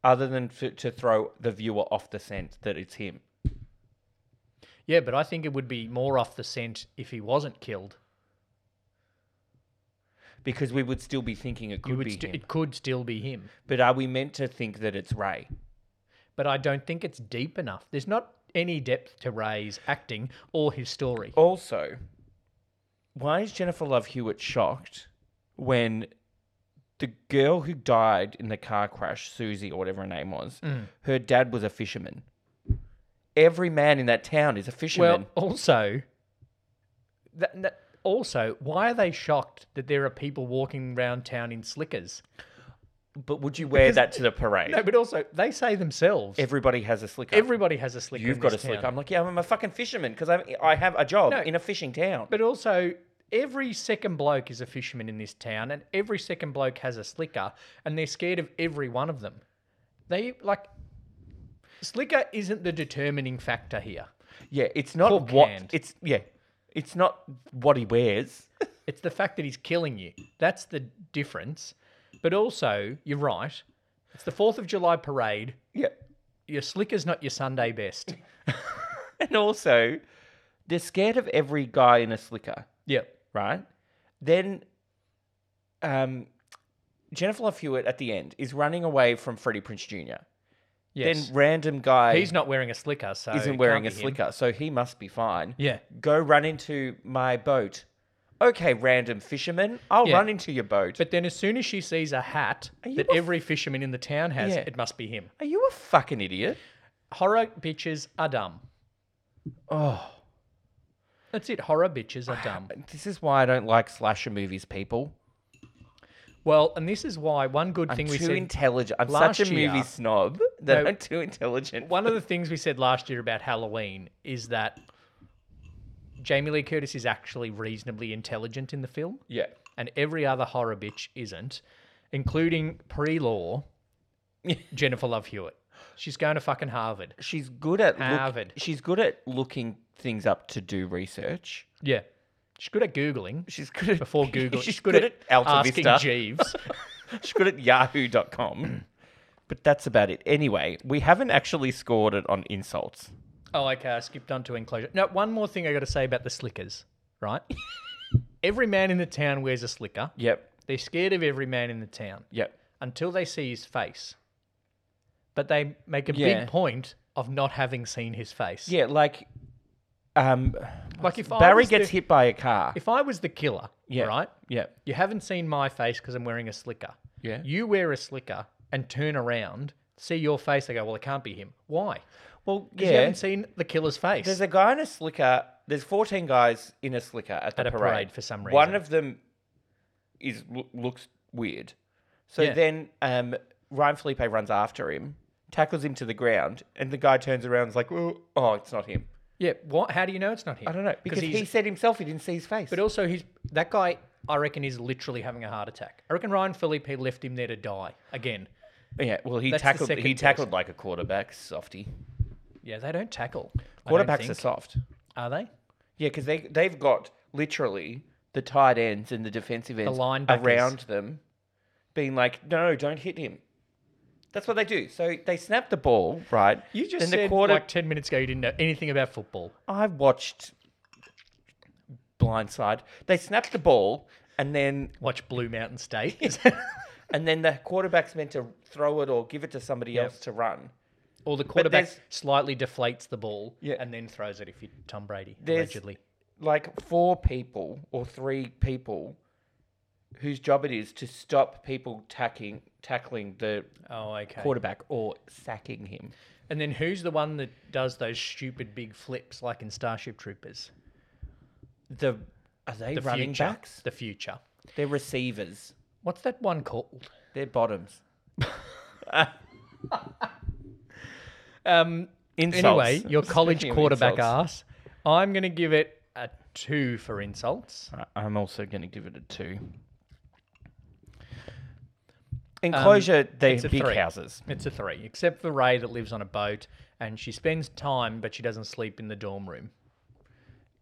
S3: other than to, to throw the viewer off the scent that it's him.
S2: Yeah, but I think it would be more off the scent if he wasn't killed.
S3: Because we would still be thinking it
S2: You
S3: could
S2: would
S3: be
S2: st-
S3: him.
S2: it could still be him.
S3: But are we meant to think that it's Ray?
S2: But I don't think it's deep enough. There's not any depth to Ray's acting or his story.
S3: Also, why is Jennifer Love Hewitt shocked when the girl who died in the car crash, Susie or whatever her name was,
S2: Mm.
S3: her dad was a fisherman? Every man in that town is a
S2: Well,
S3: fisherman.
S2: also, that, that, also, why are they shocked that there are people walking around town in slickers?
S3: but would you wear that to the parade?
S2: No, but also they say themselves.
S3: Everybody has a slicker.
S2: everybody has a slicker.
S3: You've
S2: in
S3: got a
S2: this
S3: slicker.
S2: town.
S3: I'm like, yeah, I'm a fucking fisherman because I I have a job
S2: No.
S3: in a fishing town.
S2: But also, every second bloke is a fisherman in this town, and every second bloke has a slicker, and they're scared of every one of them. They like slicker isn't the determining factor here.
S3: yeah, it's not
S2: Poor
S3: what
S2: canned.
S3: it's yeah, it's not what he wears.
S2: It's the fact that he's killing you. That's the difference. But also, you're right. It's the Fourth of July parade.
S3: yeah,
S2: Your slicker's not your Sunday best.
S3: and also they're scared of every guy in a slicker,
S2: Yep.
S3: right? Then, um, Jennifer Love Hewitt at the end is running away from Freddie Prince Jr.
S2: Yes.
S3: Then random guy
S2: he's not wearing a slicker, so it
S3: isn't
S2: can't
S3: wearing
S2: be
S3: a
S2: him.
S3: slicker, so he must be fine.
S2: Yeah.
S3: Go run into my boat. Okay, random fisherman, I'll
S2: Yeah.
S3: run into your boat.
S2: But then as soon as she sees a hat
S3: you
S2: that
S3: a f-
S2: every fisherman in the town has,
S3: Yeah.
S2: it must be him.
S3: Are you a fucking idiot?
S2: Horror bitches are dumb.
S3: Oh,
S2: That's it. Horror bitches are dumb.
S3: this is why I don't like slasher movies, people.
S2: Well, and this is why one good
S3: I'm
S2: thing we
S3: too
S2: said.
S3: intelligent. I'm
S2: last
S3: such a movie
S2: year-
S3: snob that
S2: No.
S3: I'm too intelligent.
S2: one of the things we said last year about Halloween is that Jamie Lee Curtis is actually reasonably intelligent in the film,
S3: Yeah.
S2: and every other horror bitch isn't, including pre-law Jennifer Love Hewitt. She's going to fucking Harvard.
S3: She's good at look,
S2: Harvard.
S3: she's good at looking things up to do research.
S2: Yeah, she's good at googling.
S3: She's good at
S2: Before Google,
S3: she's good, at, Alta
S2: asking
S3: Vista.
S2: Jeeves.
S3: she's good at yahoo.com. But that's about it. Anyway, we haven't actually scored it on insults.
S2: Oh, okay. I skipped on to enclosure. Now, one more thing I got to say about the slickers, right? every man in the town wears a slicker.
S3: Yep.
S2: They're scared of every man in the town
S3: Yep.
S2: until they see his face. But they make a
S3: Yeah.
S2: big point of not having seen his face.
S3: Yeah, like um
S2: Like if I
S3: Barry
S2: was
S3: gets
S2: the,
S3: hit by a car.
S2: If I was the killer,
S3: Yeah.
S2: right?
S3: Yep.
S2: You haven't seen my face because I'm wearing a slicker.
S3: Yeah.
S2: You wear a slicker and turn around see your face, they go, well, it can't be him. Why?
S3: Well,
S2: 'Cause you haven't seen the killer's face.
S3: There's a guy in a slicker. There's 14 guys in a slicker at the
S2: At a
S3: parade.
S2: parade for some
S3: One
S2: reason.
S3: of them is lo- looks weird. So
S2: Yeah.
S3: then um, Ryan Felipe runs after him, tackles him to the ground, and the guy turns around and is like, oh, oh, it's not him.
S2: yeah. What? How do you know it's not him?
S3: I don't know. Because he said himself he didn't see his face.
S2: But also, he's that guy. I reckon is literally having a heart attack. I reckon Ryan Philippe left him there to die again.
S3: yeah, well, he
S2: That's the
S3: tackled
S2: second
S3: he tackled like a quarterback, softy.
S2: Yeah, they don't tackle. I don't
S3: Quarterbacks are
S2: think.
S3: soft.
S2: are they?
S3: Yeah, because they, they've got literally the tight ends and the defensive ends
S2: linebackers.
S3: around them being like, no, don't hit him. That's what they do. So they snap the ball, right?
S2: You just
S3: then
S2: said
S3: the quarter.
S2: like ten minutes ago you didn't know anything about football.
S3: I watched Blindside. They snap the ball, and then
S2: Watch Blue Mountain State.
S3: and then the quarterback's meant to throw it or give it to somebody else to run.
S2: or the quarterback
S3: there's-
S2: slightly deflates the ball
S3: Yeah.
S2: and then throws it. If you Tom Brady
S3: There's-
S2: allegedly,
S3: Like four people or three people, whose job it is to stop people tacking tackling the
S2: oh okay.
S3: quarterback or sacking him.
S2: And then who's the one that does those stupid big flips like in Starship Troopers?
S3: The are they
S2: The
S3: running
S2: future.
S3: backs?
S2: The future.
S3: They're receivers.
S2: What's that one called?
S3: They're bottoms.
S2: Um,
S3: Insults.
S2: Anyway, your
S3: Speaking
S2: college
S3: of
S2: quarterback
S3: insults.
S2: ass. I'm going to give it a two for insults.
S3: I- I'm also going to give it a two. Enclosure, they
S2: Um, it's a
S3: have big
S2: three.
S3: houses.
S2: It's a three, except for Ray that lives on a boat and she spends time, but she doesn't sleep in the dorm room.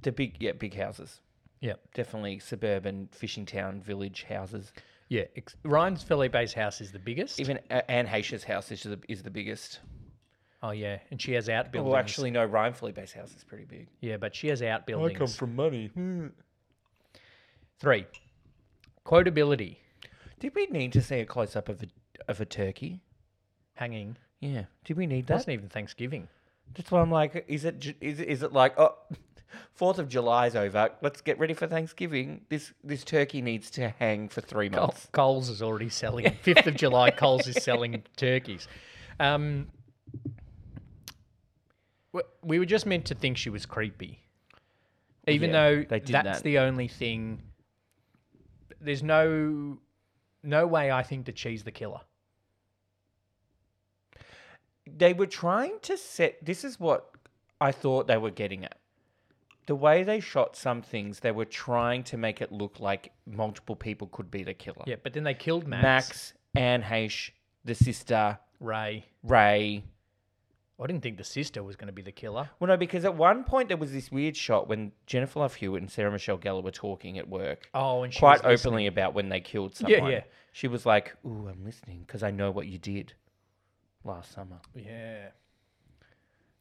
S3: They're big, yeah, big houses.
S2: Yeah,
S3: Definitely suburban fishing town village houses.
S2: yeah. Ex- Ryan's Felipe's house is the biggest.
S3: Even uh, Anne Heche's house is the, is the biggest.
S2: oh yeah, and she has outbuildings.
S3: Well, actually, no, Ryan Felipe's house is pretty big.
S2: yeah, but she has outbuildings.
S3: from money. Hmm.
S2: Three, quotability
S3: Did we need to see a close up of a of a turkey?
S2: hanging.
S3: Yeah. Did we need that?
S2: Wasn't even Thanksgiving.
S3: That's why I'm like, is it ju- is it- is it like oh, Fourth of July's over. Let's get ready for Thanksgiving. This this turkey needs to hang for three
S2: Col-
S3: months.
S2: Coles is already selling. Fifth of July, Coles is selling turkeys. Um, w- we were just meant to think she was creepy, even
S3: Yeah,
S2: though
S3: they did
S2: that's
S3: that.
S2: the only thing. There's no, no way I think that she's the killer.
S3: They were trying to set. This is what I thought they were getting at. The way they shot some things, they were trying to make it look like multiple people could be the killer.
S2: Yeah, but then they killed Max,
S3: Max, Anne Heche, the sister,
S2: Ray.
S3: Ray.
S2: I didn't think the sister was going to be the killer.
S3: Well, no, because at one point there was this weird shot when Jennifer Love Hewitt and Sarah Michelle Gellar were talking at work.
S2: Oh, and she
S3: quite
S2: was
S3: openly about when they killed
S2: Yeah,
S3: someone.
S2: yeah.
S3: She was like, "Ooh, I'm listening because I know what you did last summer."
S2: listening. Yeah,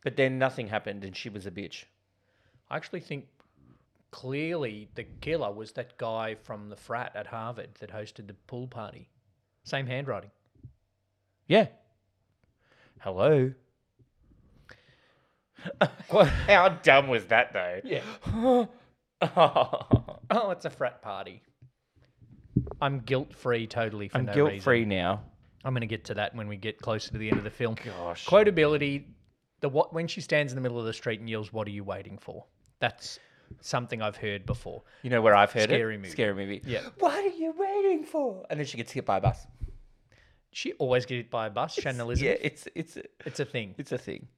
S3: But then nothing happened, and she was a bitch.
S2: I actually think clearly the killer was that guy from the frat at Harvard that hosted the pool party. Same handwriting.
S3: Yeah. Hello. How dumb was that, though?
S2: Yeah. Oh, it's a frat party. I'm guilt free totally for
S3: I'm
S2: no
S3: guilt
S2: reason.
S3: free now.
S2: I'm going to get to that when we get closer to the end of the film.
S3: Gosh.
S2: Quotability the what when she stands in the middle of the street and yells what are you waiting for? That's something I've heard before.
S3: You know where I've heard
S2: Scary
S3: it?
S2: movie.
S3: Scary movie.
S2: Yeah.
S3: What are you waiting for? And then she gets hit by a bus.
S2: She always gets hit by a bus, Shannon Elizabeth.
S3: Yeah, it's it's
S2: It's a thing.
S3: It's a thing.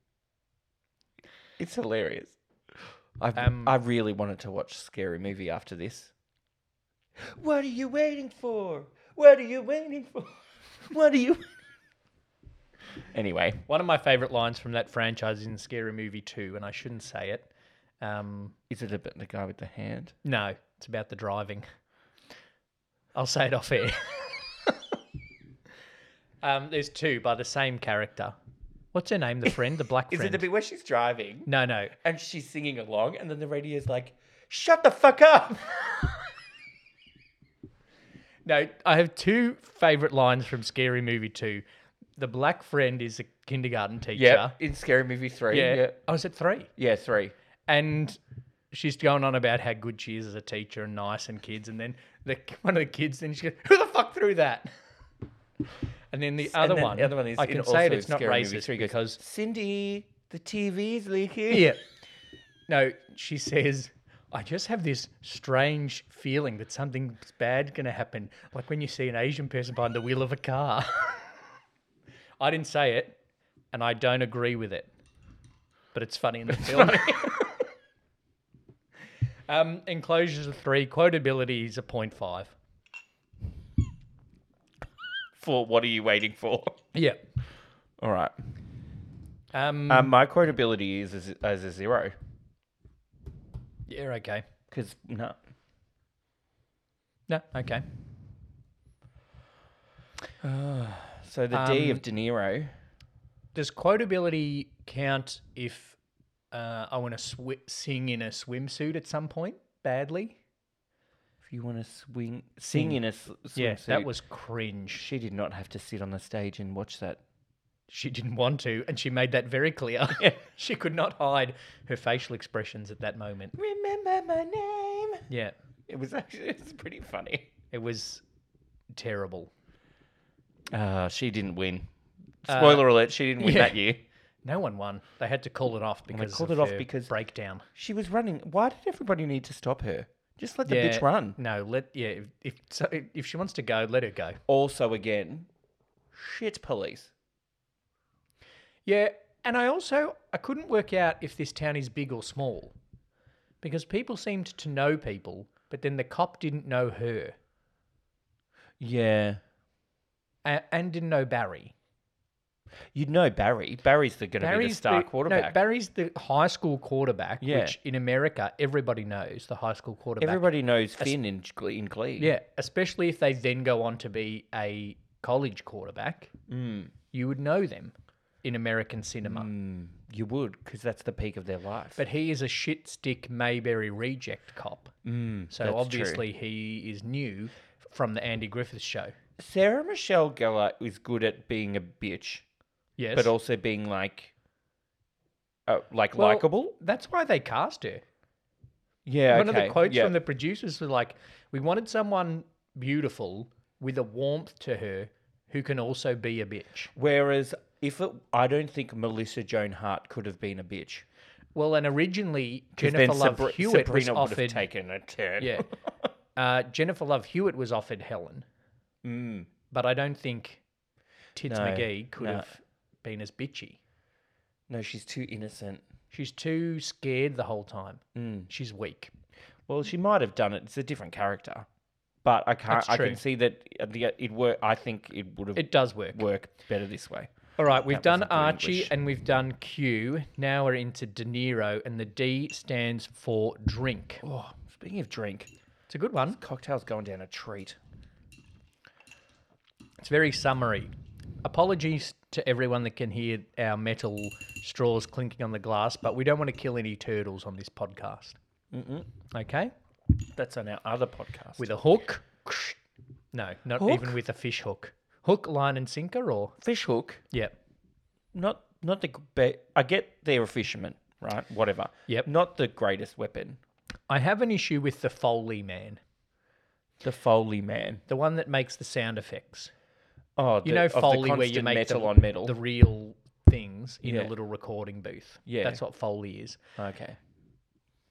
S3: It's hilarious. I
S2: Um,
S3: I really wanted to watch Scary Movie after this. What are you waiting for? What are you waiting for? What are you? anyway,
S2: One of my favorite lines from that franchise is in Scary Movie 2 and I shouldn't say it. Um,
S3: is it about the guy with the hand?
S2: no, it's about the driving. I'll say it off air. um, there's two by the same character. What's her name? The friend, the black
S3: Is
S2: friend.
S3: it the bit where she's driving
S2: no, no.
S3: and she's singing along, and then the radio's like, "Shut the fuck up."
S2: No, I have two favorite lines from Scary Movie 2. The black friend is a kindergarten teacher.
S3: in Scary Movie three.
S2: Yeah.
S3: yeah,
S2: I was at three.
S3: yeah, three.
S2: and she's going on about how good she is as a teacher and nice and kids, and then the one of the kids then she goes, "Who the fuck threw that?" And then the
S3: And
S2: other
S3: then
S2: one,
S3: The other one is
S2: I
S3: in
S2: can
S3: also
S2: say it, it's not
S3: Scary Movie
S2: racist
S3: 3 goes,
S2: because
S3: Cindy, the TV's leaking.
S2: yeah, no, she says. I just have this strange feeling that something bad going to happen, like when you see an Asian person behind the wheel of a car. I didn't say it, and I don't agree with it, but it's funny in the film. um, enclosures are three. Quotability is a point five.
S3: For what are you waiting for?
S2: Yeah.
S3: All right.
S2: Um,
S3: Um, my quotability is as, as a zero.
S2: Yeah. Okay.
S3: Because, no.
S2: No. Okay.
S3: So the D of De Niro.
S2: Does quotability count if uh, I want to sw- sing in a swimsuit at some point badly?
S3: If you want to swing, sing in a s- swimsuit.
S2: Yeah, that was cringe.
S3: She did not have to sit on the stage and watch that.
S2: She didn't want to, and she made that very clear. she could not hide her facial expressions at that moment.
S3: Remember my name.
S2: Yeah,
S3: It was actually it's pretty funny.
S2: it was terrible.
S3: Uh, she didn't win. Uh, Spoiler alert: She didn't win
S2: yeah.
S3: that year.
S2: No one won. They had to call it off because
S3: called
S2: of
S3: it off
S2: her
S3: because-
S2: breakdown.
S3: She was running. Why did everybody need to stop her? Just let the
S2: yeah,
S3: bitch run.
S2: No, let yeah. If if, so, if she wants to go, let her go.
S3: Also, again, shit police.
S2: Yeah, and I also I couldn't work out if this town is big or small, because people seemed to know people, but then the cop didn't know her
S3: Yeah,
S2: and, and didn't know Barry.
S3: you'd know Barry. Barry's the going to be the star
S2: no,
S3: quarterback.
S2: Barry's the high school quarterback,
S3: Yeah.
S2: which in America everybody knows the high school quarterback.
S3: everybody knows Finn in, Glee- in Glee.
S2: Yeah, especially if they then go on to be a college quarterback,
S3: Hmm.
S2: you would know them in American cinema.
S3: you would, because that's the peak of their life.
S2: But he is a shit stick Mayberry reject cop. Mm, so
S3: that's true.
S2: obviously he is new from the Andy Griffith show.
S3: Sarah Michelle Gellar is good at being a bitch,
S2: Yes.
S3: but also being like, uh, like
S2: Well,
S3: likable.
S2: That's why they cast her.
S3: Yeah,
S2: One of
S3: okay,
S2: the quotes
S3: yeah.
S2: from the producers was like, We wanted someone beautiful with a warmth to her who can also be a bitch.
S3: Whereas if it, I don't think Melissa Joan Hart could have been a bitch.
S2: Well, and originally
S3: 'Cause
S2: Jennifer Love
S3: Sabri-
S2: Hewitt was
S3: Sabrina would have
S2: offered
S3: taken a turn.
S2: Yeah. Uh, Jennifer Love Hewitt was offered Helen,
S3: Mm.
S2: but I don't think Tits
S3: No,
S2: McGee could
S3: no.
S2: have been as bitchy.
S3: No, she's too innocent.
S2: She's too scared the whole time.
S3: Mm.
S2: She's weak.
S3: Well, she might have done it. It's a different character, but I can't.
S2: That's
S3: I can
S2: true.
S3: see that uh, the it work. I think it would have
S2: It does work.
S3: worked better this way.
S2: All right, we've
S3: That
S2: done
S3: wasn't good
S2: Archie
S3: English.
S2: and we've done Q. Now we're into De Niro, and the D stands for drink.
S3: Oh, speaking of drink,
S2: It's a good one.
S3: cocktails going down a treat.
S2: It's very summary. Apologies to everyone that can hear our metal straws clinking on the glass, but we don't want to kill any turtles on this podcast. Mm-mm. Okay?
S3: That's on our other podcast.
S2: With a hook? No, not even
S3: Hook?
S2: with a fish hook. Hook, line, and sinker, or?
S3: fish hook,
S2: Yeah.
S3: not not the. g- Be- I get they're a fisherman, right? Whatever.
S2: Yep.
S3: Not the greatest weapon.
S2: I have an issue with the Foley man,
S3: The Foley man.
S2: the one that makes the sound effects.
S3: Oh, the,
S2: You know,
S3: of the
S2: Foley, where you
S3: constant
S2: make
S3: metal
S2: the,
S3: on metal.
S2: the real things in
S3: Yeah.
S2: a little recording booth.
S3: Yeah.
S2: That's what Foley is.
S3: Okay.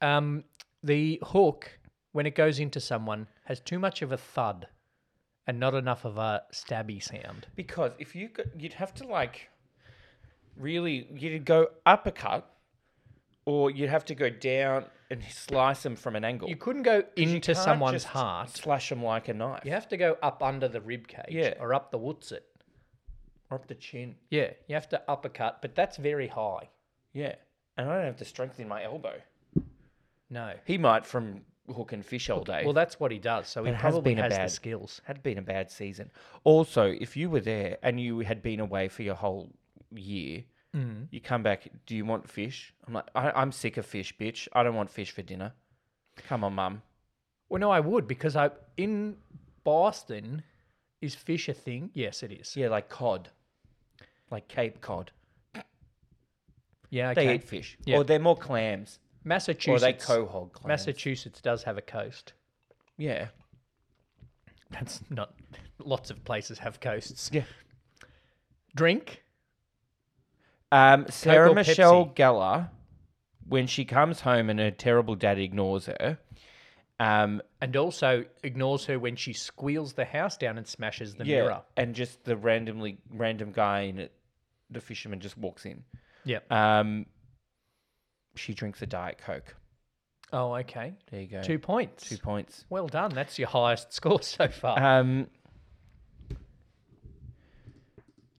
S2: Um, the hook, when it goes into someone, has too much of a thud and not enough of a stabby sound.
S3: Because if you go, you'd have to like really you'd go uppercut, or you'd have to go down and slice them from an angle.
S2: You couldn't go into
S3: can't
S2: someone's
S3: just
S2: heart.
S3: slash them like a knife,
S2: You have to go up under the rib cage
S3: Yeah.
S2: or up the wutzit.
S3: or up the chin.
S2: Yeah, you have to uppercut, but that's very high.
S3: Yeah, and I don't have the strength in my elbow.
S2: No.
S3: He might from hook and fish all day.
S2: Well, that's what he does. So he
S3: It has
S2: probably
S3: been a
S2: has,
S3: bad-
S2: the skills.
S3: had been a bad season. Also, if you were there and you had been away for your whole year, you come back. Do you want fish? I'm like, I, I'm sick of fish, bitch. I don't want fish for dinner. Come on, mum.
S2: Well, no, I would because I in Boston is fish a thing? Yes, it is.
S3: Yeah, like cod, like Cape Cod.
S2: Yeah,
S3: They
S2: okay.
S3: eat fish,
S2: Yeah.
S3: or they're more clams, or they
S2: Massachusetts.
S3: cohog clams.
S2: Massachusetts does have a coast.
S3: Yeah,
S2: That's not. Lots of places have coasts.
S3: yeah.
S2: Drink.
S3: Um, Sarah
S2: or
S3: Michelle
S2: Pepsi?
S3: Gellar, when she comes home and her terrible dad ignores her, um,
S2: And also ignores her when she squeals the house down and smashes the mirror.
S3: and just the randomly random guy in it, the fisherman just walks in.
S2: Yep.
S3: Um, she drinks a diet coke.
S2: Oh, okay.
S3: There you go.
S2: Two points.
S3: Two points.
S2: Well done. That's your highest score so far.
S3: Um,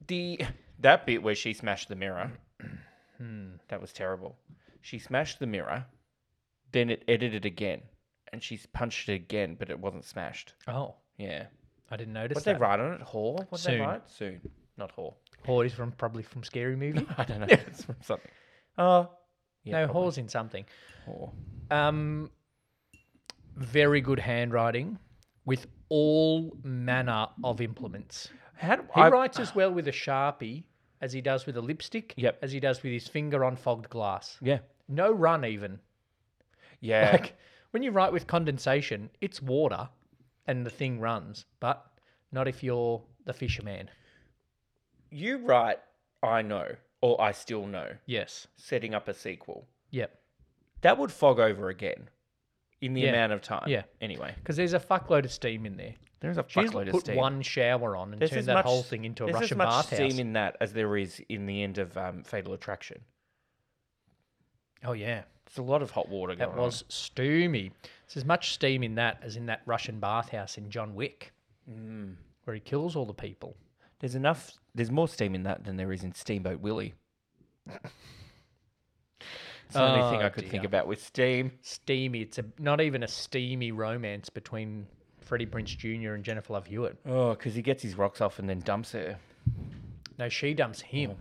S3: the that bit where she smashed the mirror, that was terrible. She smashed the mirror, then it edited again, and she's punched it again, but it wasn't smashed.
S2: oh,
S3: Yeah.
S2: I didn't notice
S3: What they
S2: that.
S3: write on it? Whore? What they
S2: Soon.
S3: write? Soon, not whore.
S2: Whore is from probably from scary movie.
S3: I don't know. it's from something. Oh, yeah,
S2: no, whore's in something.
S3: whore.
S2: Um, very good handwriting with all manner of implements.
S3: How do
S2: He
S3: I?
S2: writes as well with a sharpie as he does with a lipstick.
S3: Yep.
S2: As he does with his finger on fogged glass.
S3: yeah,
S2: No run even.
S3: yeah.
S2: Like when you write with condensation, it's water, and the thing runs. But not if you're the fisherman.
S3: you write, I know, or I still know,
S2: Yes.
S3: setting up a sequel.
S2: Yep.
S3: That would fog over again in the
S2: Yeah.
S3: amount of time.
S2: Yeah.
S3: Anyway,
S2: Because there's a fuckload of steam in there.
S3: there's a
S2: She's
S3: fuckload
S2: put
S3: of steam.
S2: one shower on and
S3: there's
S2: turned
S3: as
S2: that
S3: much,
S2: whole thing into a
S3: there's
S2: Russian
S3: as much
S2: bath
S3: steam
S2: house.
S3: in that as there is in the end of um, Fatal Attraction.
S2: Oh yeah,
S3: There's a lot of hot water going
S2: that was steamy. There's as much steam in that as in that Russian bathhouse in John Wick, where he kills all the people.
S3: on. There's enough. There's more steam in that than there is in Steamboat Willie. It's the only thing
S2: Oh,
S3: I could think
S2: dear.
S3: about with steam.
S2: Steamy. It's a, not even a steamy romance between Freddie Prince Jr. and Jennifer Love Hewitt.
S3: Oh, because he gets his rocks off and then dumps her.
S2: No, she dumps him,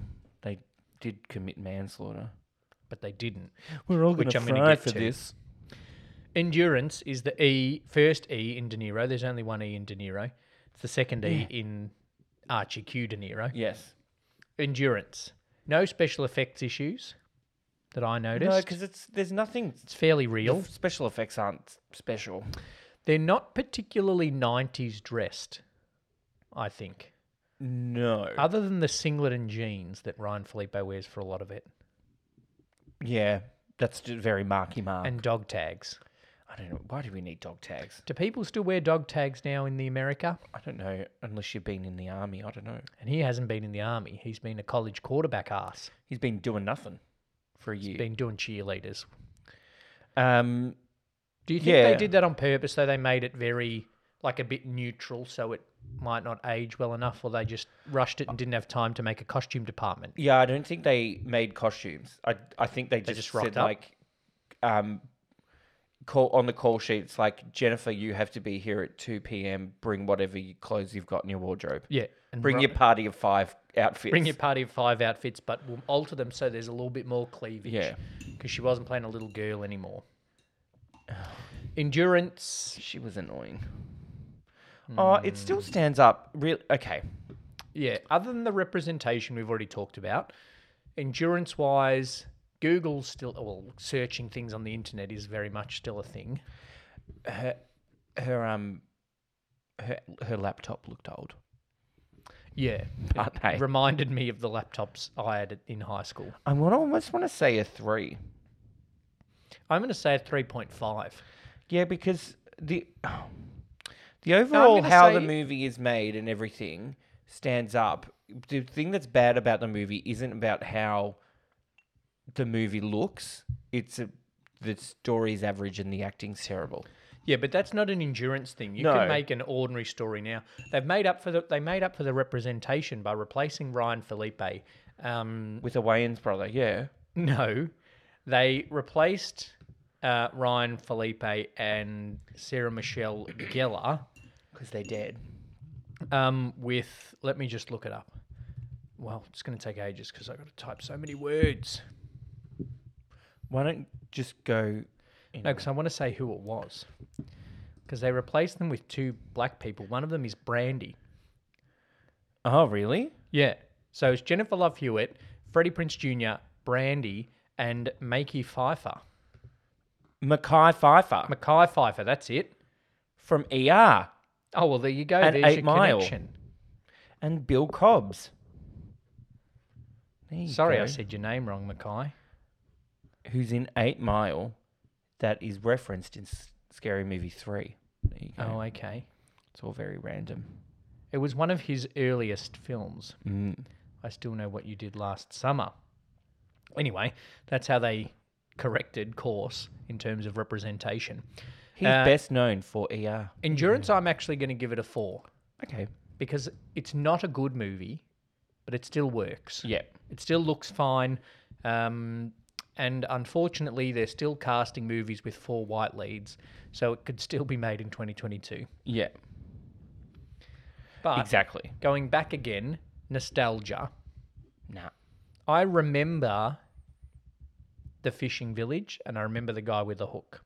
S3: They did commit manslaughter.
S2: but they didn't.
S3: We're all
S2: Which
S3: going to
S2: I'm gonna
S3: fry
S2: get
S3: for
S2: to.
S3: this.
S2: Endurance is the E first E in De Niro. There's only one E in De Niro. It's the second E in Archie Q De Niro.
S3: Yes.
S2: Endurance. No special effects issues that I noticed.
S3: No, because it's there's nothing.
S2: it's fairly
S3: The
S2: real.
S3: f- special effects aren't special.
S2: They're not particularly 90s dressed, I think,
S3: No.
S2: other than the singlet and jeans that Ryan Felipe wears for a lot of it
S3: yeah, that's ju- very Marky Mark.
S2: and dog tags.
S3: I don't know why do we need dog tags.
S2: Do people still wear dog tags now in the America?
S3: I don't know unless you've been in the army. I don't know.
S2: And he hasn't been in the army. He's been a college quarterback ass.
S3: He's been doing nothing for a year.
S2: Been doing cheerleaders.
S3: um,
S2: Do you think they
S3: Yeah.
S2: did that on purpose though? They made it very like a bit neutral so it might not age well enough or they just rushed it and didn't have time to make a costume department.
S3: yeah, I don't think they made costumes. I I think they just,
S2: just rocked
S3: said
S2: up?
S3: like, um, call on the call sheets like Jennifer, you have to be here at two p.m. Bring whatever you, clothes you've got in your wardrobe.
S2: Yeah. And
S3: Bring
S2: ru-
S3: your party of five outfits.
S2: Bring your party of five outfits, but we'll alter them so there's a little bit more cleavage.
S3: Yeah.
S2: Because she wasn't playing a little girl anymore. Endurance.
S3: She was annoying.
S2: Hmm.
S3: Oh, it still stands up. Real okay.
S2: Yeah. Other than the representation we've already talked about, endurance wise, Google's still, well, searching things on the internet is very much still a thing.
S3: Her, her um, her her laptop looked old.
S2: Yeah.
S3: Aren't they?
S2: Reminded me of the laptops I had in high school.
S3: I want almost want to say a three.
S2: I'm going to say a 3.5.
S3: Yeah, because the the
S2: gonna
S3: overall how the
S2: say-
S3: movie is made and everything stands up. The thing that's bad about the movie isn't about how the movie looks. It's a, the story's average and the acting's terrible.
S2: Yeah, but that's not an endurance thing. You
S3: No.
S2: can make an ordinary story now. They've made up for the they made up for the representation by replacing Ryan Felipe. Um,
S3: With a Wayans brother, yeah.
S2: no, they replaced uh, Ryan Felipe and Sarah Michelle Gellar
S3: Because they're dead.
S2: um, with. Let me just look it up. Well, it's going to take ages because I've got to type so many words.
S3: Why don't just go?
S2: No, because I want to say who it was. Because they replaced them with two black people. One of them is Brandy.
S3: Oh, really?
S2: Yeah. So it's Jennifer Love Hewitt, Freddie Prince Jr., Brandy, and Makey Pfeiffer.
S3: Mackay Pfeiffer
S2: Mackay Pfeiffer, that's it.
S3: from ER
S2: Oh, well, there you go.
S3: And
S2: There's
S3: Eight
S2: your
S3: Mile.
S2: connection.
S3: and Bill Cobbs. There you
S2: Sorry, I
S3: go.
S2: said your name wrong, Mackay.
S3: Who's in Eight Mile that is referenced in S- Scary Movie 3. There you go.
S2: Oh, okay.
S3: It's all very random.
S2: It was one of his earliest films.
S3: Mm.
S2: I still know what you did last summer. Anyway, that's how they corrected course in terms of representation.
S3: He's
S2: Uh,
S3: best known for ER.
S2: Endurance, I'm actually going to give it a four
S3: Okay.
S2: because it's not a good movie, but it still works.
S3: Yeah.
S2: It still looks fine. Um, and unfortunately, they're still casting movies with four white leads, so it could still be made in 2022.
S3: Yeah.
S2: But
S3: Exactly.
S2: going back again, nostalgia.
S3: Nah.
S2: I remember the fishing village and I remember the guy with the hook.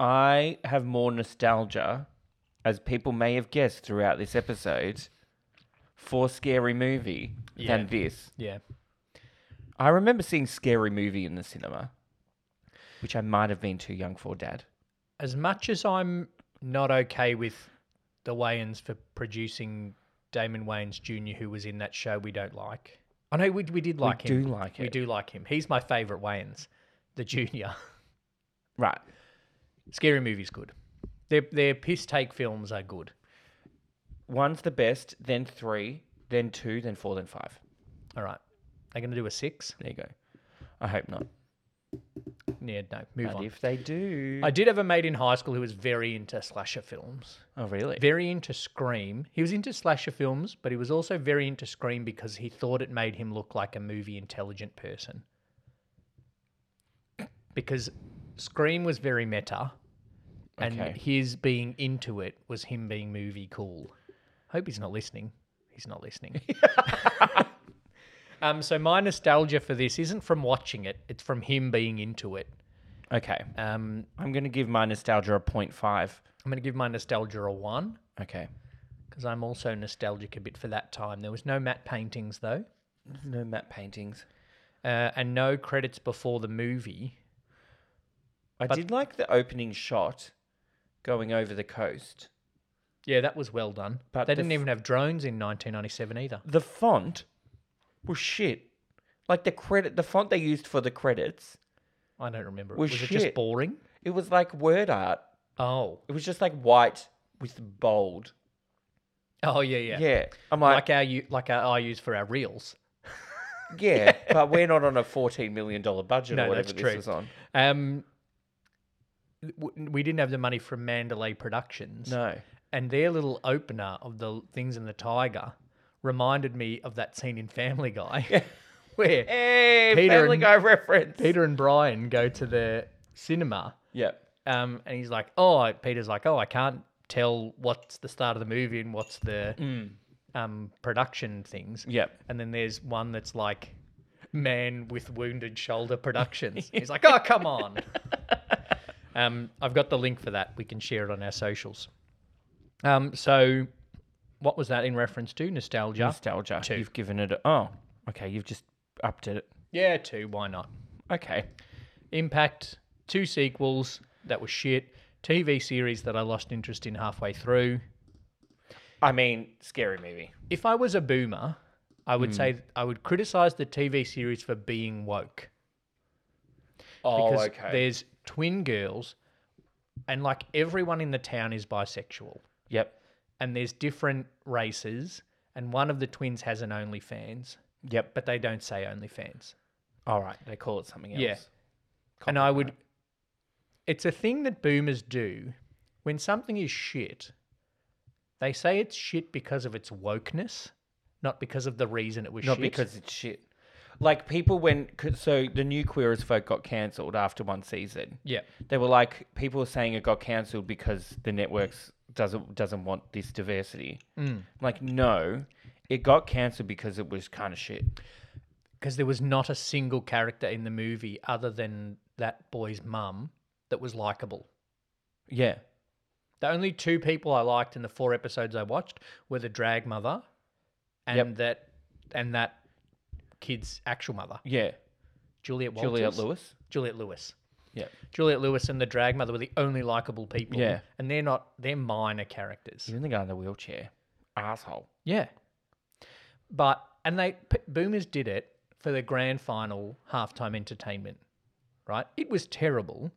S3: I have more nostalgia, as people may have guessed throughout this episode, for Scary Movie
S2: Yeah.
S3: than this.
S2: Yeah.
S3: I remember seeing Scary Movie in the cinema, which I might have been too young for, Dad.
S2: As much as I'm not okay with the Wayans for producing Damon Wayans Jr., who was in that show we don't like. I know we, we did like
S3: we
S2: him.
S3: do like it.
S2: We do like him. He's my favorite Wayans, the junior.
S3: Right.
S2: Scary movies good. Their their piss take films are good.
S3: One's the best, then three, then two, then four, then five.
S2: All right. They're going to do a six?
S3: There you go. I hope not.
S2: Yeah, no. Move
S3: But
S2: on.
S3: if they do.
S2: I did have a mate in high school who was very into slasher films.
S3: oh, really?
S2: very into Scream. He was into slasher films, but he was also very into Scream because he thought it made him look like a movie intelligent person. Because Scream was very meta, and
S3: Okay.
S2: his being into it was him being movie cool. Hope he's not listening. He's not listening. um, so my nostalgia for this isn't from watching it; it's from him being into it.
S3: Okay.
S2: Um,
S3: I'm going to give my nostalgia a 0.5.
S2: I'm going to give my nostalgia a one.
S3: Okay.
S2: because I'm also nostalgic a bit for that time. There was no matte paintings though,
S3: No matte paintings.
S2: uh, and no credits before the movie.
S3: I
S2: But-
S3: did like the opening shot going over the coast.
S2: Yeah, that was well done.
S3: But
S2: they
S3: the
S2: didn't
S3: f-
S2: even have drones in 1997 either.
S3: The font was shit. Like the credit, the font they used for the credits,
S2: I don't remember.
S3: Was
S2: Was, it just
S3: shit.
S2: boring?
S3: it was like word art.
S2: Oh,
S3: It was just like white with bold.
S2: oh yeah, yeah,
S3: Yeah. I'm like,
S2: Like our u- like our I use for our reels.
S3: yeah, but we're not on a $14 million budget
S2: No,
S3: or whatever
S2: that's
S3: this
S2: true.
S3: was on.
S2: Um, w- we didn't have the money from Mandalay Productions.
S3: No.
S2: and their little opener of the things in the tiger reminded me of that scene in Family Guy where
S3: Hey,
S2: Peter
S3: Family
S2: and-
S3: Guy reference.
S2: Peter and Brian go to the cinema,
S3: Yeah.
S2: um, and he's like, "Oh," Peter's like, "Oh, I can't tell what's the start of the movie and what's the um, production things."
S3: Yep.
S2: And then there's one that's like, "Man with Wounded Shoulder Productions." he's like, "Oh, come on." um, I've got the link for that. We can share it on our socials. Um, so, what was that in reference to? Nostalgia.
S3: Nostalgia. you You've given it a. Oh, okay. You've just upped it.
S2: yeah, two. Why not?
S3: Okay.
S2: Impact, two sequels that were shit, TV series that I lost interest in halfway through.
S3: I mean, scary movie.
S2: If I was a boomer, I
S3: Hmm.
S2: would say I would criticize the TV series for being woke
S3: Oh,
S2: because there's twin girls and like everyone in the town is bisexual
S3: Yep.
S2: and there's different races and one of the twins has an OnlyFans,
S3: Yep.
S2: but they don't say OnlyFans.
S3: All right. They call it something else.
S2: Yeah. and I would. It's a thing that boomers do. When something is shit, they say it's shit because of its wokeness, not because of the reason it was
S3: Not
S2: shit.
S3: because it's shit. Like people when 'cause- so the new Queer as Folk got cancelled after one season.
S2: yeah,
S3: They were like people were saying it got cancelled because the networks doesn't doesn't want this diversity. Mm. Like no, it got cancelled because it was kind of shit.
S2: because there was not a single character in the movie other than that boy's mum that was likable.
S3: Yeah.
S2: The only two people I liked in the four episodes I watched were the drag mother, and
S3: Yep.
S2: that and that kid's actual mother,
S3: Yeah.
S2: Juliet Walters.
S3: Juliet Lewis.
S2: Juliet Lewis.
S3: Yep.
S2: Juliet Lewis and the drag mother were the only likable people.
S3: Yeah.
S2: And they're not, they're minor characters.
S3: Even the guy in the wheelchair. Asshole.
S2: Yeah. But, and they, p- boomers did it for the grand final halftime entertainment, right? It was terrible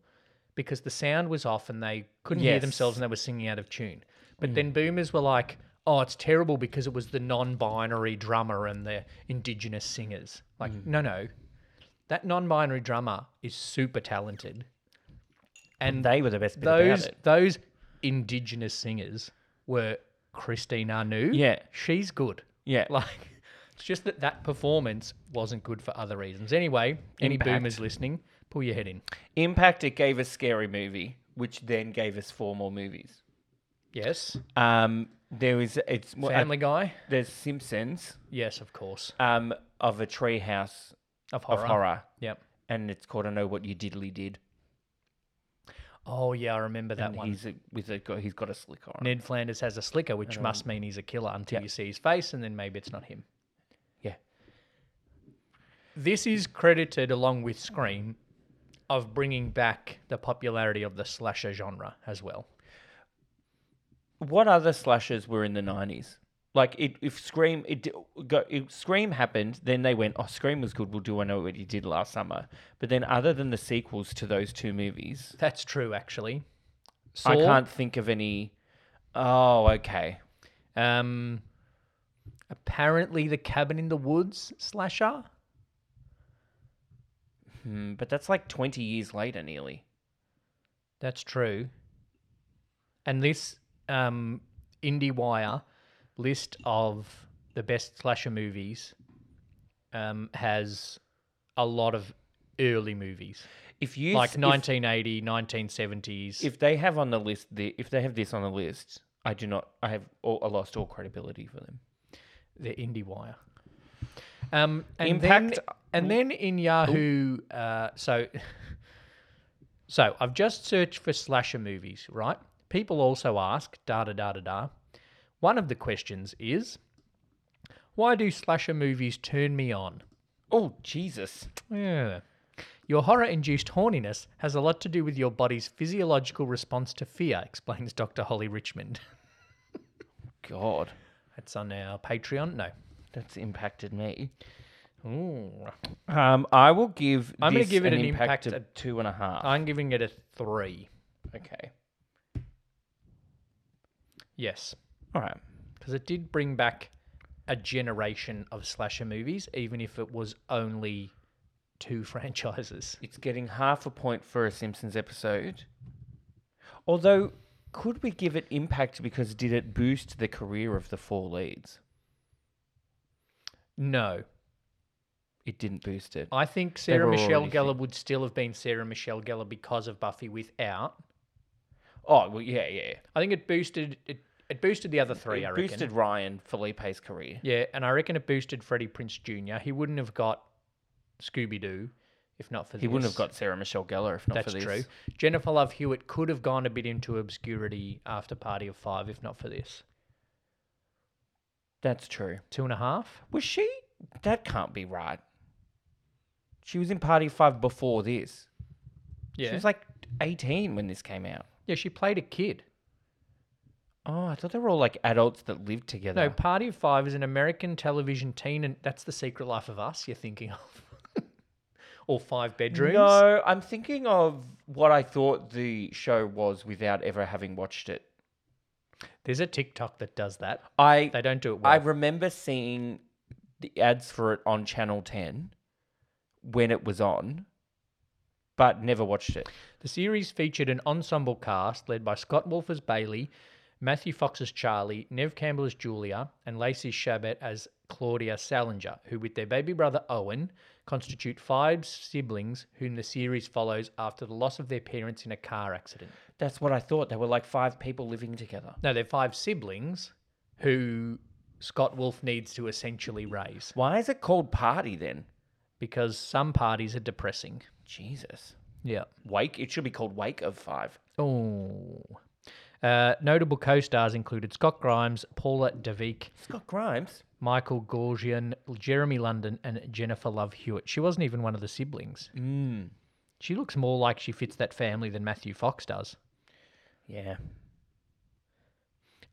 S2: because the sound was off and they couldn't hear
S3: Yes. Mm.
S2: themselves and they were singing out of tune. But then boomers were like, oh, it's terrible because it was the non binary drummer and the indigenous singers. Like,
S3: Mm.
S2: no, no. That non binary drummer is super talented. And
S3: They were the best bit
S2: those
S3: about it.
S2: those indigenous singers were Christine Arnoux.
S3: Yeah.
S2: she's good.
S3: Yeah.
S2: Like it's just that that performance wasn't good for other reasons. Anyway, any
S3: Impact.
S2: boomers listening, pull your head in.
S3: Impact, it gave us Scary Movie, which then gave us four more movies.
S2: Yes,
S3: Um, there is it's well, uh,
S2: Family Guy.
S3: there's Simpsons
S2: Yes, of course.
S3: um, of a treehouse
S2: Of
S3: of
S2: horror.
S3: horror,
S2: Yep.
S3: and it's called I Know What You Diddly Did.
S2: Oh yeah, I remember that
S3: and
S2: one.
S3: he's a, with a guy- he's got a slick arm.
S2: Ned Flanders has a slicker, which must mean he's a killer until you see his face, and then maybe it's not him.
S3: Yeah,
S2: This is credited along with Scream of bringing back the popularity of the slasher genre as well.
S3: what other slashers were in the nineties? Like it, if Scream, it, di- go, if Scream happened, then they went, oh, Scream was good. We'll do I Know What You Did last summer. But then, other than the sequels to those two movies,
S2: That's true, actually.
S3: I
S2: Saw,
S3: can't think of any. Oh, okay.
S2: Um, apparently, the Cabin in the Woods slasher.
S3: Hmm, but that's like twenty years later, nearly.
S2: That's true. And this um, IndieWire list of the best slasher movies um, has a lot of early movies,
S3: If you
S2: like
S3: s- if-
S2: 1980, 1970s.
S3: if they have on the list the if they have this on the list i do not i have all, I lost all credibility for them
S2: the IndieWire. Um, and
S3: Impact-
S2: Then, and then in Yahoo, uh, so so I've just searched for slasher movies, right? People also ask da da da da da. One of the questions is, why do slasher movies turn me on?
S3: oh jesus
S2: Yeah. Your horror induced horniness has a lot to do with your body's physiological response to fear, explains Dr. Holly Richmond.
S3: god
S2: That's on our Patreon. No.
S3: that's impacted me
S2: Ooh.
S3: um i will give
S2: I'm gonna
S3: this
S2: give it an impact
S3: of Oh. two and a half
S2: I'm giving it a three.
S3: okay
S2: Yes,
S3: all right
S2: because it did bring back a generation of slasher movies, even if it was only two franchises.
S3: it's getting half a point for a simpsons episode although could we give it impact because did it boost the career of the four leads
S2: No,
S3: it didn't boost it
S2: I think Sarah
S3: were
S2: Michelle
S3: already
S2: Gellar would still have been Sarah Michelle Gellar because of Buffy without.
S3: oh well yeah yeah
S2: I think it boosted it. It boosted the other three. I
S3: it
S2: reckon.
S3: boosted ryan felipe's career
S2: Yeah, and I reckon it boosted Freddie Prince Jr. He wouldn't have got Scooby Doo if not for
S3: he wouldn't have
S2: this.
S3: got sarah michelle gellar if not
S2: That's
S3: for this
S2: true. Jennifer Love Hewitt could have gone a bit into obscurity after Party of Five if not for this.
S3: That's true.
S2: Two and a half?
S3: Was she? That can't be right. She was in Party Five before this.
S2: Yeah.
S3: She was like 18 when this came out.
S2: yeah, she played a kid.
S3: Oh, I thought they were all like adults that lived
S2: No,
S3: together.
S2: Party of Five is an American television teen, and that's the secret life of us you're thinking of. or Five Bedrooms.
S3: No, I'm thinking of what I thought the show was without ever having watched it.
S2: There's a TikTok that does that.
S3: I
S2: They don't do it well.
S3: I remember seeing the ads for it on Channel 10 when it was on, but never watched it.
S2: The series featured an ensemble cast led by Scott Wolf as Bailey, Matthew Fox as Charlie, Nev Campbell as Julia, and Lacey Chabot as Claudia Salinger, who, with their baby brother Owen, constitute five siblings whom the series follows after the loss of their parents in a car accident.
S3: That's what I thought. They were like five people living together.
S2: No, they're five siblings who Scott Wolf needs to essentially raise
S3: Why is it called Party then?
S2: because some parties are depressing.
S3: Jesus.
S2: Yeah.
S3: Wake. It should be called Wake of Five.
S2: Oh. Uh, notable co-stars included Scott Grimes, Paula Devic,
S3: Scott Grimes.
S2: Michael Gorgian, Jeremy London, and Jennifer Love Hewitt. She wasn't even one of the siblings.
S3: Mm.
S2: She looks more like she fits that family than Matthew Fox does.
S3: Yeah.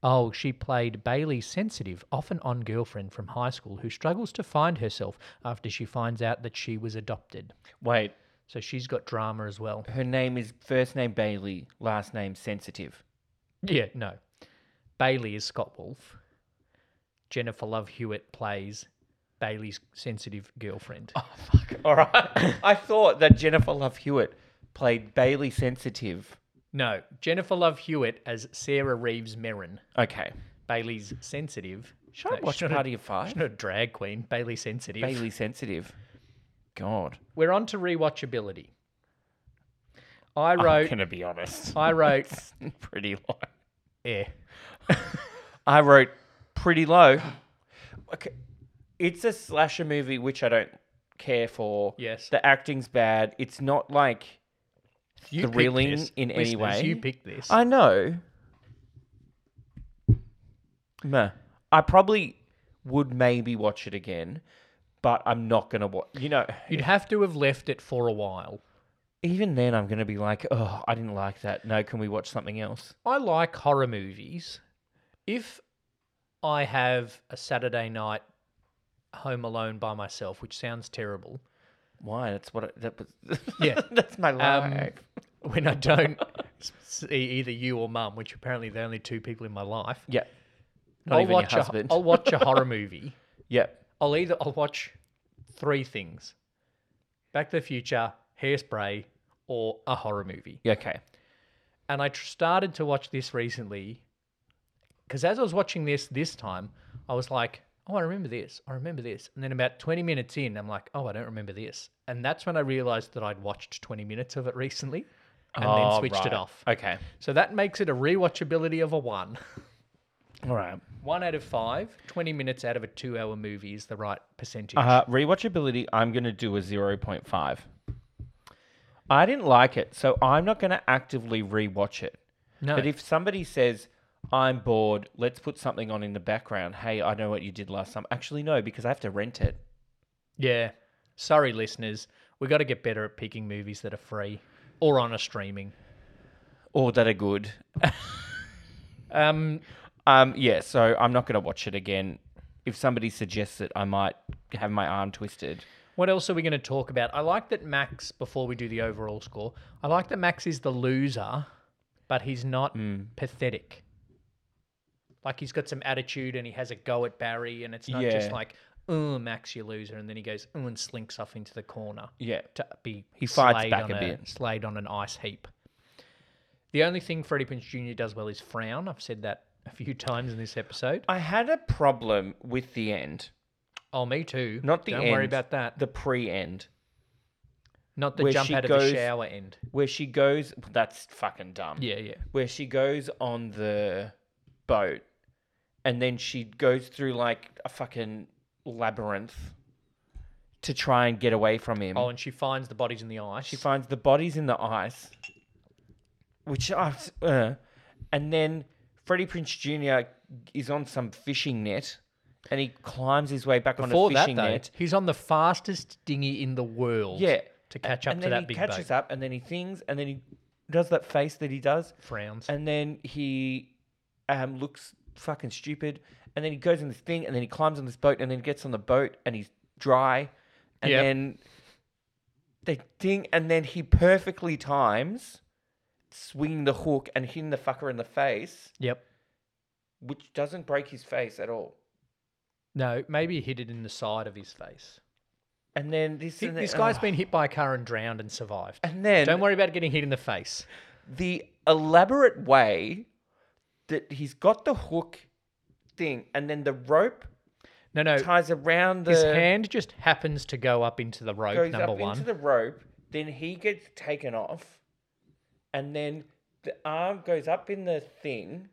S2: Oh, she played Bailey's sensitive, often on girlfriend from high school who struggles to find herself after she finds out that she was adopted.
S3: Wait,
S2: So she's got drama as well.
S3: her name is first name Bailey, last name Sensitive.
S2: Yeah, no. Bailey is Scott Wolf. Jennifer Love Hewitt plays Bailey's sensitive girlfriend.
S3: Oh. All right. I thought that Jennifer Love Hewitt played Bailey Sensitive.
S2: No, Jennifer Love Hewitt as Sarah Reeves Merrin.
S3: Okay.
S2: Bailey's sensitive.
S3: Should I
S2: No,
S3: watch
S2: she's not
S3: Party
S2: a,
S3: of Five?
S2: she's not a drag queen. Bailey sensitive.
S3: Bailey Sensitive. God.
S2: We're on to rewatchability. I
S3: I'm
S2: wrote.
S3: going to be honest.
S2: I wrote.
S3: Pretty low.
S2: yeah.
S3: I wrote pretty low. Okay. It's a slasher movie which I don't care for.
S2: Yes.
S3: The acting's bad. It's not like
S2: You picked
S3: Thrilling
S2: this.
S3: in any
S2: Listeners,
S3: way?
S2: You picked this.
S3: I know. Meh. I probably would maybe watch it again, but I'm not gonna watch. You know,
S2: You'd have to have left it for a while.
S3: even then, I'm gonna be like, oh, I didn't like that. No, can we watch something else?
S2: I like horror movies. If I have a Saturday night home alone by myself, which sounds terrible,
S3: Why? That's what. I, that was.
S2: Yeah.
S3: that's my
S2: um,
S3: life.
S2: when I don't see either you or mum, which apparently are the only two people in my life,
S3: yeah. Not
S2: I'll
S3: even
S2: watch
S3: your
S2: a,
S3: husband.
S2: I'll watch a horror movie.
S3: yeah.
S2: I'll either I'll watch three things: Back to the Future, Hairspray, or a horror movie.
S3: Yeah. Okay.
S2: And I tr- started to watch this recently because as I was watching this this time, I was like, "Oh, I remember this. I remember this." And then about twenty minutes in, I'm like, "Oh, I don't remember this." And that's when I realized that I'd watched twenty minutes of it recently, and then
S3: Oh,
S2: switched
S3: right.
S2: it off.
S3: Okay.
S2: So that makes it a rewatchability of a one.
S3: All right.
S2: one out of five. 20 minutes out of a two hour movie is the right percentage.
S3: Uh, rewatchability, I'm going to do a 0.5. I didn't like it, so I'm not going to actively rewatch it.
S2: no.
S3: But if somebody says, I'm bored, let's put something on in the background. Hey, I know what you did last summer. Actually, no, because I have to rent it.
S2: Yeah. Sorry, listeners. We got to get better at picking movies that are free or on a streaming.
S3: Or that are good.
S2: Um,
S3: Um, yeah, so I'm not going to watch it again. If somebody suggests it, I might have my arm twisted.
S2: what else are we going to talk about? I like that Max, before we do the overall score, I like that Max is the loser, but he's not
S3: Hmm.
S2: pathetic. Like he's got some attitude and he has a go at Barry, and it's not just
S3: Yeah.
S2: like, oh, Max, you loser. And then he goes, oh, and slinks off into the corner.
S3: Yeah.
S2: to be
S3: He fights
S2: slayed
S3: back
S2: on
S3: a bit.
S2: slayed on an ice heap. The only thing Freddie Prinze Jr. does well is frown. I've said that a few times in this episode.
S3: I had a problem with the end,
S2: Oh, me too.
S3: Not the
S2: Don't worry
S3: end.
S2: about that.
S3: the pre end.
S2: Not the
S3: where
S2: jump
S3: she
S2: out of
S3: goes-
S2: the shower end.
S3: where she goes that's fucking dumb
S2: Yeah, yeah.
S3: where she goes on the boat and then she goes through like a fucking labyrinth to try and get away from him
S2: Oh, and she finds the bodies in the ice.
S3: she finds the bodies in the ice which i was- uh, and then freddie prince jr is on some fishing net and he climbs his way back
S2: Before
S3: on a
S2: that,
S3: fishing
S2: though,
S3: net
S2: he's on the fastest dinghy in the world.
S3: yeah
S2: To catch up
S3: and
S2: to
S3: then
S2: that
S3: he
S2: big
S3: catches
S2: boat.
S3: up and then he things and then he does that face that he does
S2: Frowns.
S3: and then he um, looks fucking stupid. And then he goes in this thing, and then he climbs on this boat, and then he gets on the boat, and he's dry, and
S2: Yep.
S3: then the thing, and then he perfectly times swinging the hook and hitting the fucker in the face,
S2: yep.
S3: which doesn't break his face at all.
S2: No, maybe he hit it in the side of his face.
S3: And then this,
S2: He-
S3: and then,
S2: this guy's
S3: oh.
S2: been hit by a car and drowned and survived.
S3: and then
S2: Don't worry about getting hit in the face.
S3: the elaborate way that he's got the hook thing, and then the rope
S2: No, no.
S3: ties around the
S2: Oh, His hand just happens to go up into the rope,
S3: goes
S2: number
S3: up
S2: one.
S3: into the rope, then he gets taken off, and then the arm goes up in the thing,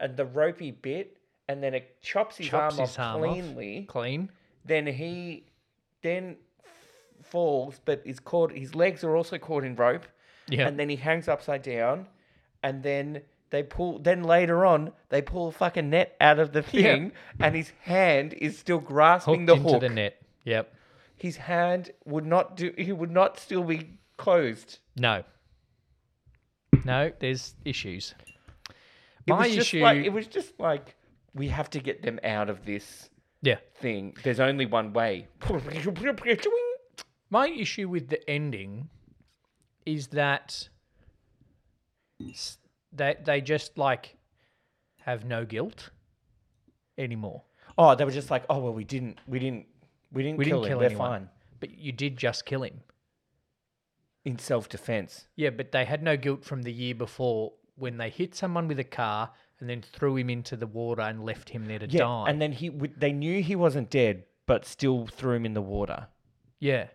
S3: and the ropey bit, and then it chops his
S2: chops
S3: arm
S2: his
S3: off
S2: arm
S3: cleanly.
S2: off. Clean.
S3: Then he then f- falls, but is caught. His legs are also caught in rope,
S2: Yeah.
S3: and then he hangs upside down, and then. They pull. Then later on, they pull a fucking net out of the thing, and his hand is still grasping
S2: Hooked
S3: the
S2: into
S3: hook
S2: the net. Yep.
S3: his hand would not do he would not still be closed
S2: No. No, there's issues.
S3: It
S2: My
S3: was just
S2: issue,
S3: like it was just like we have to get them out of this
S2: yeah,
S3: thing. There's only one way.
S2: my issue with the ending is that s- they they just like have no guilt anymore.
S3: Oh, they were just like, oh well, we didn't, we didn't, we didn't
S2: We
S3: kill
S2: didn't
S3: him.
S2: kill
S3: We're
S2: anyone.
S3: fine
S2: But you did just kill him.
S3: in self-defense.
S2: Yeah, but they had no guilt from the year before when they hit someone with a car and then threw him into the water and left him there to
S3: Yeah,
S2: die.
S3: and then he, w- they knew he wasn't dead, but still threw him in the water.
S2: yeah.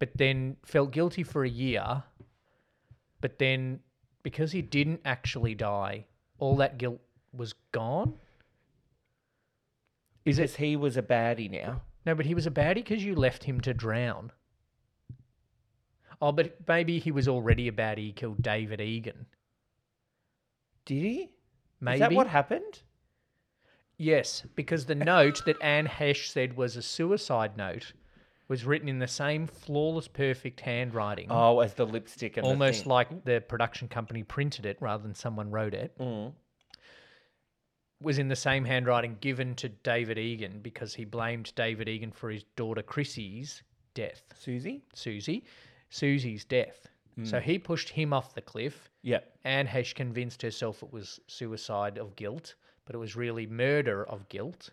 S2: But then felt guilty for a year. But then because he didn't actually die, all that guilt was gone.
S3: Is it he was a baddie now?
S2: No, but he was a baddie because you left him to drown. Oh, but maybe he was already a baddie. He killed David Egan.
S3: Did he?
S2: Maybe.
S3: Is that what happened?
S2: Yes, because the note that Anne Hesh said was a suicide note was written in the same flawless, perfect handwriting,
S3: Oh, as the lipstick and
S2: almost
S3: the
S2: like the production company printed it rather than someone wrote it.
S3: Mm.
S2: Was in the same handwriting given to David Egan because he blamed David Egan for his daughter Chrissy's death,
S3: Susie.
S2: Susie, Susie's death. So he pushed him off the cliff.
S3: Yeah.
S2: Anne Hesh convinced herself it was suicide of guilt, but it was really murder of guilt.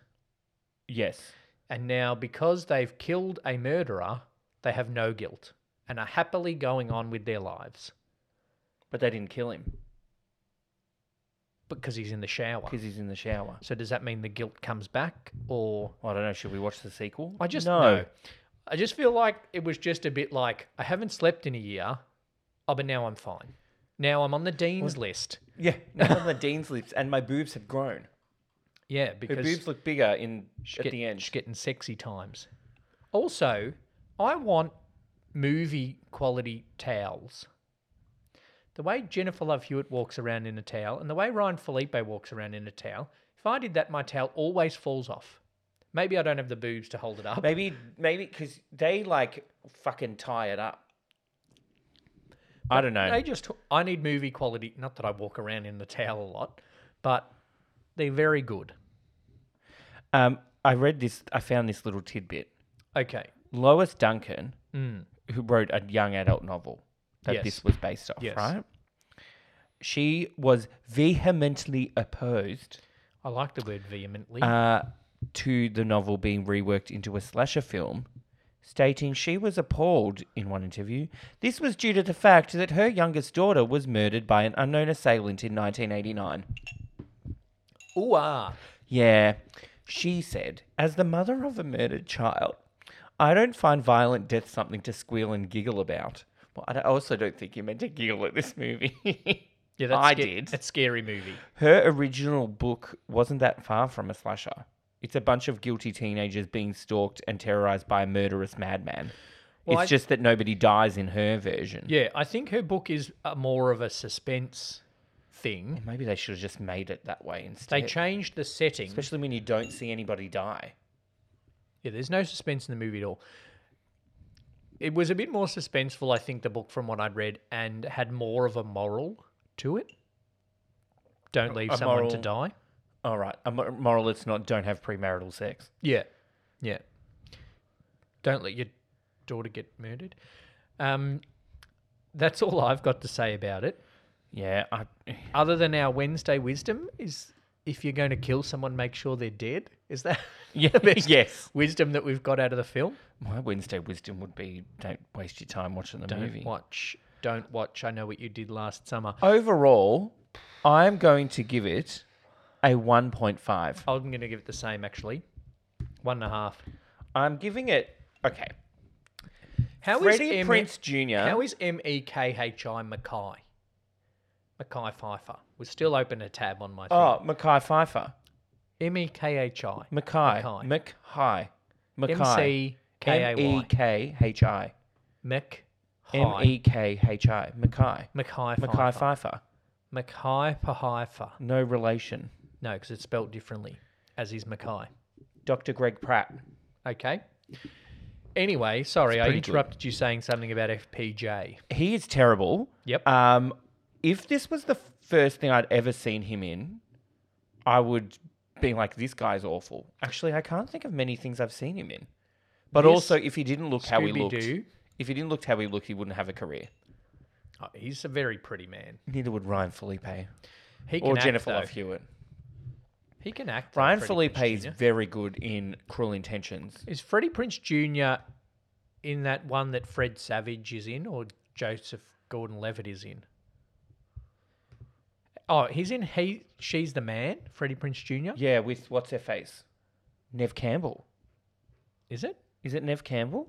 S3: Yes.
S2: And now, because they've killed a murderer, they have no guilt and are happily going on with their lives
S3: But they didn't kill him
S2: because he's in the shower.
S3: because he's in the shower.
S2: So, does that mean the guilt comes back? Or
S3: I don't know. Should we watch the sequel?
S2: I just
S3: no.
S2: no. I just feel like it was just a bit like I haven't slept in a year. Oh, but now I'm fine. Now I'm on the dean's list.
S3: Yeah. Now on the dean's lips, and my boobs have grown.
S2: Yeah,
S3: Her
S2: because
S3: boobs look bigger in
S2: she's
S3: at
S2: get-
S3: the end.
S2: she's getting sexy times. Also, I want movie quality towels. The way Jennifer Love Hewitt walks around in a towel and the way Ryan Felipe walks around in a towel, if I did that, my towel always falls off. Maybe I don't have the boobs to hold it up.
S3: Maybe, maybe because they like fucking tie it up. I don't know.
S2: They just, I need movie quality. Not that I walk around in the towel a lot, but they're very good.
S3: Um, I read this. I found this little tidbit.
S2: Okay.
S3: Lois Duncan,
S2: Mm.
S3: who wrote a young adult novel that
S2: Yes.
S3: this was based off,
S2: Yes.
S3: right? She was vehemently opposed
S2: I like the word vehemently.
S3: uh, to the novel being reworked into a slasher film, stating she was appalled in one interview. This was due to the fact that her youngest daughter was murdered by an unknown assailant in 1989.
S2: Ooh, ah.
S3: Yeah. She said, As the mother of a murdered child, I don't find violent death something to squeal and giggle about. Well, I don't- I also don't think you meant to giggle at this movie.
S2: Yeah, that's
S3: I
S2: sca-
S3: did.
S2: That's scary movie.
S3: Her original book wasn't that far from a slasher. It's a bunch of guilty teenagers being stalked and terrorized by a murderous madman.
S2: Well,
S3: it's
S2: I-
S3: just that nobody dies in her version.
S2: Yeah, I think her book is a more of a suspense thing.
S3: Maybe they should have just made it that way
S2: They
S3: instead.
S2: changed the setting.
S3: Especially when you don't see anybody die.
S2: Yeah, there's no suspense in the movie at all. It was a bit more suspenseful, I think, the book from what I'd read, and had more of a moral to it. Don't leave
S3: a
S2: someone to
S3: moral-
S2: die.
S3: All right. A mor- moral it's not don't have premarital sex.
S2: Yeah, yeah. Don't let your daughter get murdered. Um, that's all I've got to say about it.
S3: Yeah, I
S2: Other than our Wednesday wisdom is, if you're going to kill someone, make sure they're dead. Is that
S3: Yeah,
S2: the best
S3: yes.
S2: wisdom that we've got out of the film.
S3: My Wednesday wisdom would be don't waste your time watching the movie.
S2: Watch, don't watch. I know what you did last summer.
S3: Overall, I'm going to give it a 1.5.
S2: I'm going to give it the same actually, one and a half.
S3: I'm giving it okay.
S2: How is
S3: Freddie
S2: M- E
S3: Prince Jr.
S2: How is M E K H I Mackay? Mackay Pfeiffer was still open a tab on my thing.
S3: oh, Mackay Pfeiffer.
S2: M E K H I
S3: Mackay.
S2: Mackay.
S3: Mackay.
S2: M
S3: Mackay.
S2: C K A
S3: M E
S2: Y
S3: K H I.
S2: Mac
S3: M E K H I. Mackay.
S2: Mackay
S3: Mackay
S2: Pfeiffer
S3: Pfeiffer.
S2: Mackay Pfeiffer.
S3: No relation.
S2: No, because it's spelled differently, as is Mackay.
S3: Dr. Greg Pratt.
S2: Okay. Anyway, sorry, I
S3: pretty good.
S2: interrupted you saying something about FPJ.
S3: He is terrible.
S2: Yep.
S3: Um, if this was the first thing I'd ever seen him in, I would be like, this guy's awful. Actually, I can't think of many things I've seen him in. But
S2: This
S3: also, if he didn't look how he looked,
S2: Scooby-Doo.
S3: if he didn't look how he looked, he wouldn't have a career.
S2: Oh, he's a very pretty man.
S3: Neither would Ryan Felipe
S2: He can
S3: or
S2: act,
S3: Jennifer
S2: though.
S3: Love Hewitt.
S2: He can act. though,
S3: Ryan
S2: Freddie
S3: Felipe
S2: Prinze
S3: is
S2: Jr..
S3: very good in Cruel Intentions.
S2: Is Freddie Prince Jr. in that one that Fred Savage is in, or Joseph Gordon-Levitt is in? Oh, he's in He, She's the Man. Freddie Prince Jr.
S3: Yeah, with what's her face? Nev Campbell.
S2: Is it?
S3: Is it Nev Campbell?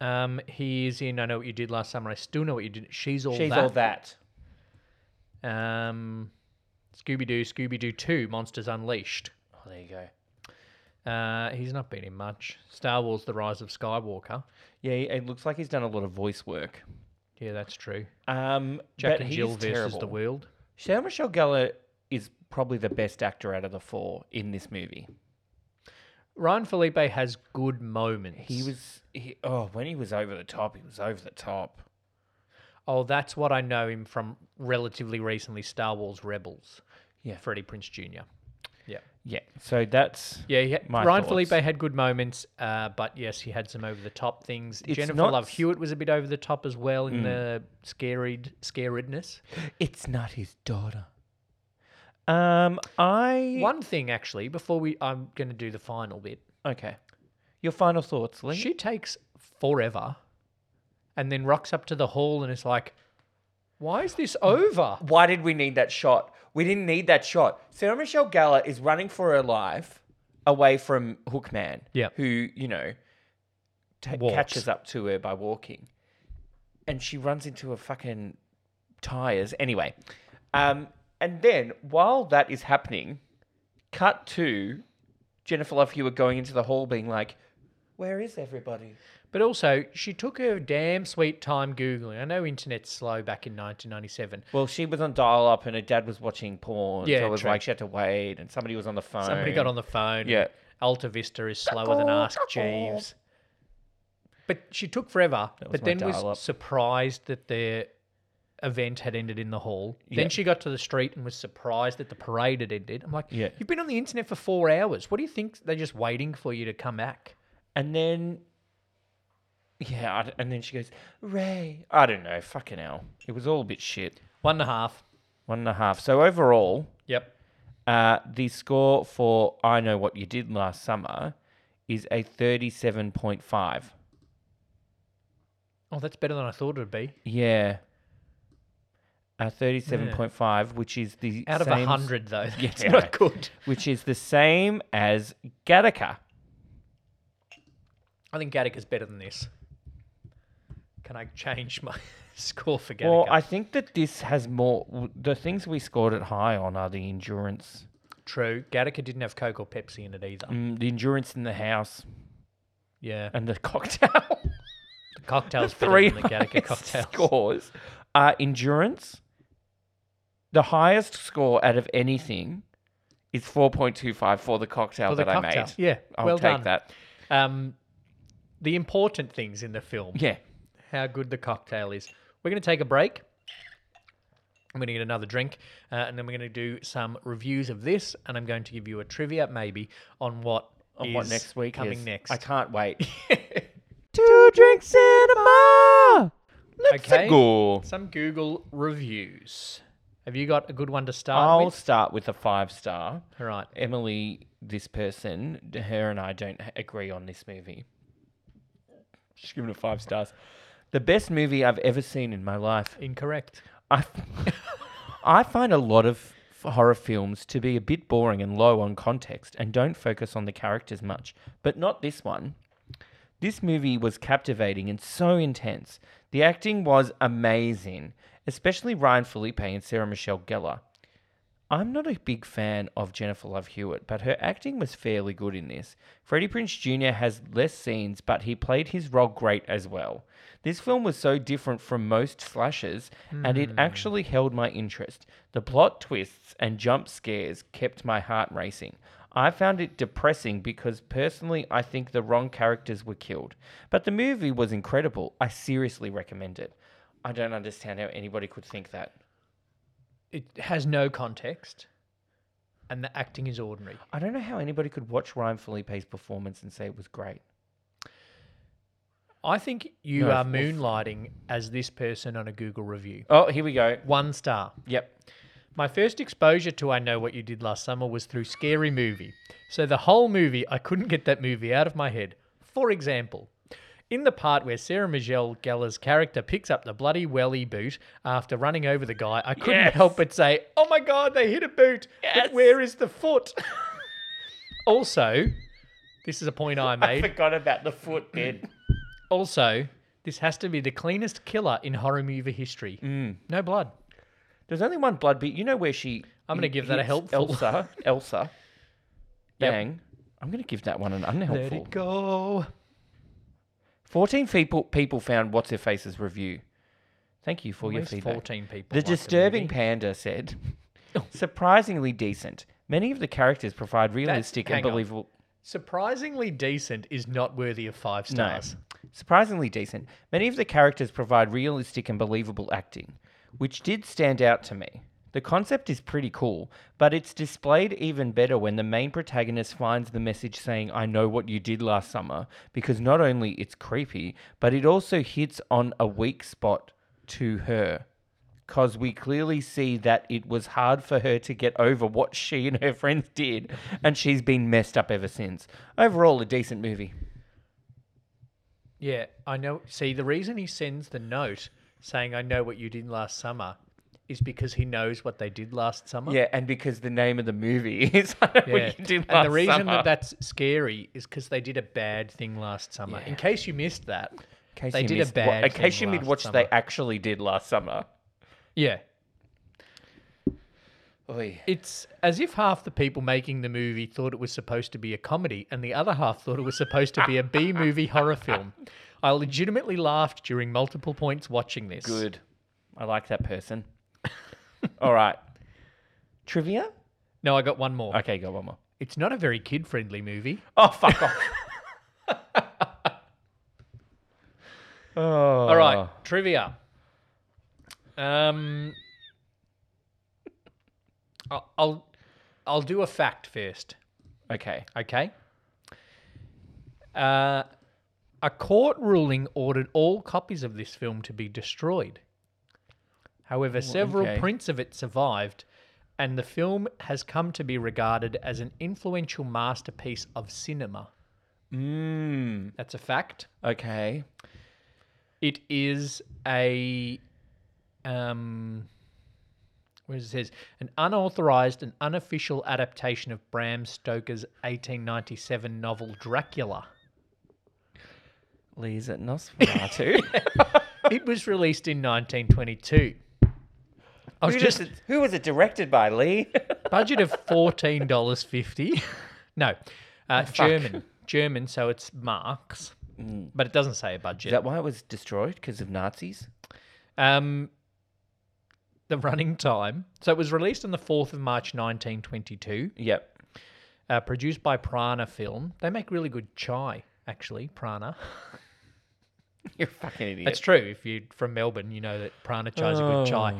S2: Um, he is in. I know what you did last summer. I still know what you did. She's all
S3: She's
S2: that.
S3: all that.
S2: Um, Scooby Doo, Scooby Doo Two, Monsters Unleashed.
S3: Oh, there you go.
S2: Uh, he's not been in much. Star Wars: The Rise of Skywalker.
S3: Yeah, it looks like he's done a lot of voice work.
S2: Yeah, that's true.
S3: Um,
S2: Jack
S3: but
S2: and
S3: he
S2: Jill
S3: is
S2: versus the
S3: terrible.
S2: world.
S3: Sarah Michelle Gellar is probably the best actor out of the four in this movie.
S2: Ryan Felipe has good moments.
S3: He was, he, oh, when he was over the top, he was over the top.
S2: Oh, that's what I know him from. Relatively recently, Star Wars Rebels.
S3: Yeah.
S2: Freddie Prince Jr. Yeah,
S3: Yeah, so that's
S2: yeah. He had,
S3: My
S2: Ryan
S3: thoughts.
S2: Felipe had good moments, uh, but yes, he had some over the top things.
S3: It's
S2: Jennifer
S3: not Hmm.
S2: Love
S3: s-
S2: Hewitt was a bit over the top as well in the scared scaredness.
S3: it's not his daughter. Um, I
S2: One thing actually, before we, I'm going to do the final bit.
S3: okay. Your final thoughts, Lee?
S2: She takes forever, and then rocks up to the hall and is like, "Why is this over?"
S3: Why did we need that shot? We didn't need that shot. Sarah Michelle Gellar is running for her life away from Hookman,
S2: Yeah.
S3: who you know ta
S2: Walks.
S3: catches up to her by walking, and she runs into a fucking tires anyway. Um, and then while that is happening, cut to Jennifer Love Hewitt going into the hall, being like, "Where is everybody?"
S2: But also, she took her damn sweet time googling. I know internet's slow back in 1997.
S3: Well, she was on dial up, and her dad was watching porn, so
S2: Yeah,
S3: it was
S2: true.
S3: like she had to wait, and somebody was on the phone.
S2: Somebody got on the phone.
S3: Yeah.
S2: Alta Vista is slower than Ask Jeeves. But she took forever.
S3: was
S2: But
S3: my
S2: then was
S3: dial-up.
S2: surprised that the event had ended in the hall.
S3: Yeah.
S2: Then she got to the street and was surprised that the parade had ended. I'm like,
S3: Yeah.
S2: you've been on the internet for four hours. What do you think? They're just waiting for you to come back.
S3: And then, yeah, I d and then she goes, Ray. I don't know, fucking hell. It was all a bit shit.
S2: One and a half.
S3: One and a half. So overall,
S2: Yep.
S3: uh, the score for I Know What You Did Last Summer is a 37.5.
S2: Oh, that's better than I thought it would be.
S3: Yeah. A 37.5, which is the
S2: Out of
S3: same
S2: a
S3: s-
S2: hundred, though,
S3: Yeah,
S2: that's
S3: yeah.
S2: not good.
S3: Which is the same as Gattaca.
S2: I think Gattaca's better than this. Can I change my score for Gattaca?
S3: Well, I think that this has more. w- The things we scored it high on are the endurance,
S2: True. Gattaca didn't have Coke or Pepsi in it either.
S3: mm, the endurance in the house,
S2: Yeah.
S3: and the cocktail.
S2: The cocktails better
S3: three
S2: than the Gattaca
S3: highest
S2: cocktails.
S3: scores are endurance. The highest score out of anything is 4.25 for the cocktail
S2: For the
S3: that I
S2: cocktail.
S3: made.
S2: Yeah.
S3: I'll
S2: well
S3: take
S2: done.
S3: that.
S2: Um, the important things in the film.
S3: Yeah.
S2: How good the cocktail is. We're going to take a break. I'm going to get another drink, uh, and then we're going to do some reviews of this, and I'm going to give you a trivia maybe on what
S3: On what
S2: is
S3: next week
S2: coming
S3: is.
S2: next.
S3: I can't wait.
S1: Two Drink Cinema!
S2: okay.
S3: Go.
S2: Some Google reviews. Have you got a good one to start
S3: I'll
S2: with?
S3: start with a five star.
S2: All right.
S3: Emily, this person, d- her and I don't h- agree on this movie. She's given it five stars. The best movie I've ever seen in my life.
S2: Incorrect.
S3: I, I find a lot of f- horror films to be a bit boring and low on context and don't focus on the characters much, but not this one. This movie was captivating and so intense. The acting was amazing, especially Ryan Felipe and Sarah Michelle Gellar. I'm not a big fan of Jennifer Love Hewitt, but her acting was fairly good in this. Freddie Prince Jr. has less scenes, but he played his role great as well. This film was so different from most slashers, and it actually held my interest. The plot twists and jump scares kept my heart racing. I found it depressing because personally I think the wrong characters were killed. But the movie was incredible. I seriously recommend it. I don't understand how anybody could think that.
S2: it has no context, and the acting is ordinary.
S3: I don't know how anybody could watch Ryan Felipe's performance and say it was great.
S2: I think you
S3: No,
S2: are
S3: f-
S2: moonlighting as this person on a Google review.
S3: Oh, here we go.
S2: One star.
S3: Yep.
S2: My first exposure to I Know What You Did Last Summer was through Scary Movie. So the whole movie, I couldn't get that movie out of my head. For example, in the part where Sarah Michelle Gellar's character picks up the bloody welly boot after running over the guy, I couldn't
S3: Yes.
S2: help but say, "Oh my god, they hit a boot!
S3: Yes.
S2: But where is the foot?" also, this is a point I
S3: I
S2: made.
S3: forgot about the foot bit.
S2: Also, this has to be the cleanest killer in horror movie history.
S3: Mm.
S2: No blood.
S3: There's only one blood bit. You know where she.
S2: I'm gonna
S3: he-
S2: give that a
S3: hits
S2: helpful.
S3: Elsa. Elsa.
S2: Yep.
S3: Bang. I'm going to give that one an
S2: Let
S3: unhelpful.
S2: it go.
S3: 14 people people found What's Her Face's review. Thank you for
S2: At
S3: your
S2: least
S3: feedback.
S2: 14 people.
S3: The
S2: liked
S3: disturbing
S2: movie. Oh.
S3: panda said, surprisingly decent. Many of the characters provide realistic and
S2: hang on.
S3: believable.
S2: Surprisingly decent is not worthy of five
S3: No.
S2: stars.
S3: Surprisingly decent. Many of the characters provide realistic and believable acting, which did stand out to me. The concept is pretty cool, but it's displayed even better when the main protagonist finds the message saying, I know what you did last summer, because not only it's creepy, but it also hits on a weak spot to her. Because we clearly see that it was hard for her to get over what she and her friends did, and she's been messed up ever since. Overall, a decent movie.
S2: Yeah, I know. See, the reason he sends the note saying, I know what you did last summer, is because he knows what they did last summer.
S3: Yeah, and because the name of the movie is I Know
S2: Yeah.
S3: what you did
S2: and
S3: last
S2: the reason
S3: Summer.
S2: that that's scary is because they did a bad thing last summer. In case you missed that,
S3: In case
S2: they
S3: you
S2: did
S3: missed
S2: a
S3: what-
S2: bad.
S3: in case
S2: thing
S3: you missed
S2: last
S3: what
S2: summer.
S3: they actually did last summer.
S2: Yeah,
S3: Oi.
S2: It's as if half the people making the movie thought it was supposed to be a comedy and the other half thought it was supposed to be a B movie horror film. I legitimately laughed during multiple points watching this.
S3: Good. I like that person. All right. Trivia?
S2: No, I got one more.
S3: Okay, go one more.
S2: It's not a very kid friendly movie.
S3: Oh fuck off. oh.
S2: All right, trivia. Um, I- I'll I'll do a fact first.
S3: Okay.
S2: Okay. Uh, a court ruling ordered all copies of this film to be destroyed. However, several
S3: okay.
S2: prints of it survived, and the film has come to be regarded as an influential masterpiece of cinema.
S3: Mm.
S2: That's a fact.
S3: Okay.
S2: It is a um where does it says an unauthorized and unofficial adaptation of Bram Stoker's 1897 novel Dracula.
S3: Lee, is it Nosferatu?
S2: it was released in 1922. I was
S3: Who
S2: just
S3: does it- who was it directed by, Lee?
S2: budget of fourteen dollars fifty. no,
S3: Oh,
S2: uh, German, German. So it's marks, but it doesn't say a budget.
S3: Mm. Is that why it was destroyed? Because of Nazis?
S2: Um, the running time. So it was released on the fourth of March, nineteen twenty-two.
S3: Yep.
S2: Uh, produced by Prana Film. They make really good chai, actually. Prana.
S3: You're a fucking idiot.
S2: That's true. If you're from Melbourne, you know that Prana chai is a good chai.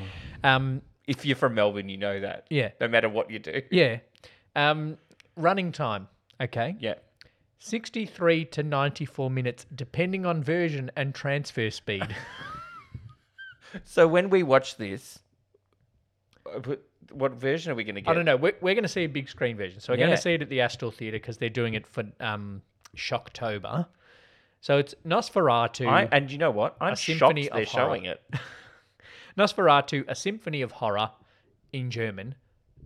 S3: Oh.
S2: Um,
S3: if you're from Melbourne, you know that.
S2: Yeah.
S3: No matter what you do.
S2: yeah. Um, running time. Okay.
S3: Yeah.
S2: 63 to 94 minutes, depending on version and transfer speed.
S3: So when we watch this, uh, wh- what version are we going to get?
S2: I don't know. We're, we're going to see a big screen version. So we're
S3: Yeah.
S2: going to see it at the Astor Theatre because they're doing it for um, Shocktober. So it's Nosferatu,
S3: I, and you know what? I'm shocked
S2: symphony
S3: they're
S2: of horror.
S3: showing it.
S2: Nosferatu, a symphony of horror in German.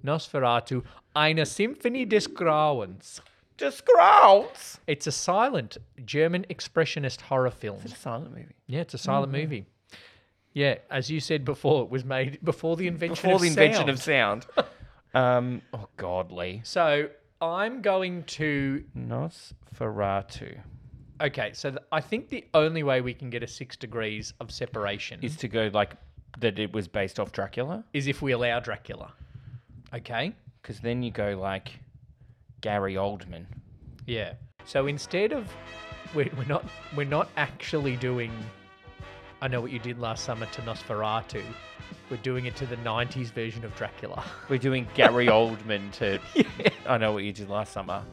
S2: Nosferatu, eine Symphonie des Grauens.
S3: Just scrolls.
S2: It's a silent German expressionist horror film.
S3: Silent movie.
S2: Yeah, it's a silent
S3: Mm.
S2: movie. Yeah, as you said before, it was made before the invention
S3: Before
S2: of
S3: the invention
S2: sound.
S3: of sound. um. Oh, godly.
S2: So I'm going to.
S3: Nosferatu
S2: Okay, so th- I think the only way we can get a six degrees of separation
S3: is
S2: is,
S3: to go like that. It was based off Dracula,
S2: if we allow Dracula. Okay?
S3: because then you go like Gary Oldman.
S2: Yeah. So instead of. We're, we're not we're not actually doing. I know what you did last summer to Nosferatu. We're doing it to the 90s version of Dracula.
S3: We're doing Gary Oldman to I know what you did last summer.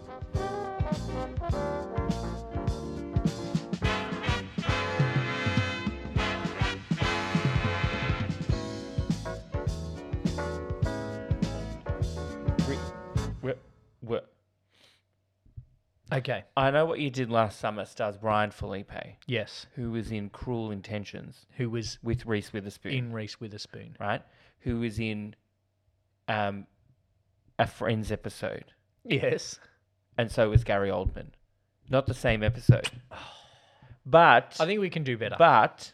S3: We- we- we-
S2: Okay.
S3: I know what you did last summer stars Brian Felipe,
S2: Yes.
S3: who was in Cruel Intentions
S2: Who was
S3: with Reese Witherspoon.
S2: in Reese Witherspoon.
S3: right? Who was in um, a Friends episode,
S2: Yes.
S3: and so was Gary Oldman. Not the same episode, but
S2: Oh. I think we can do better.
S3: but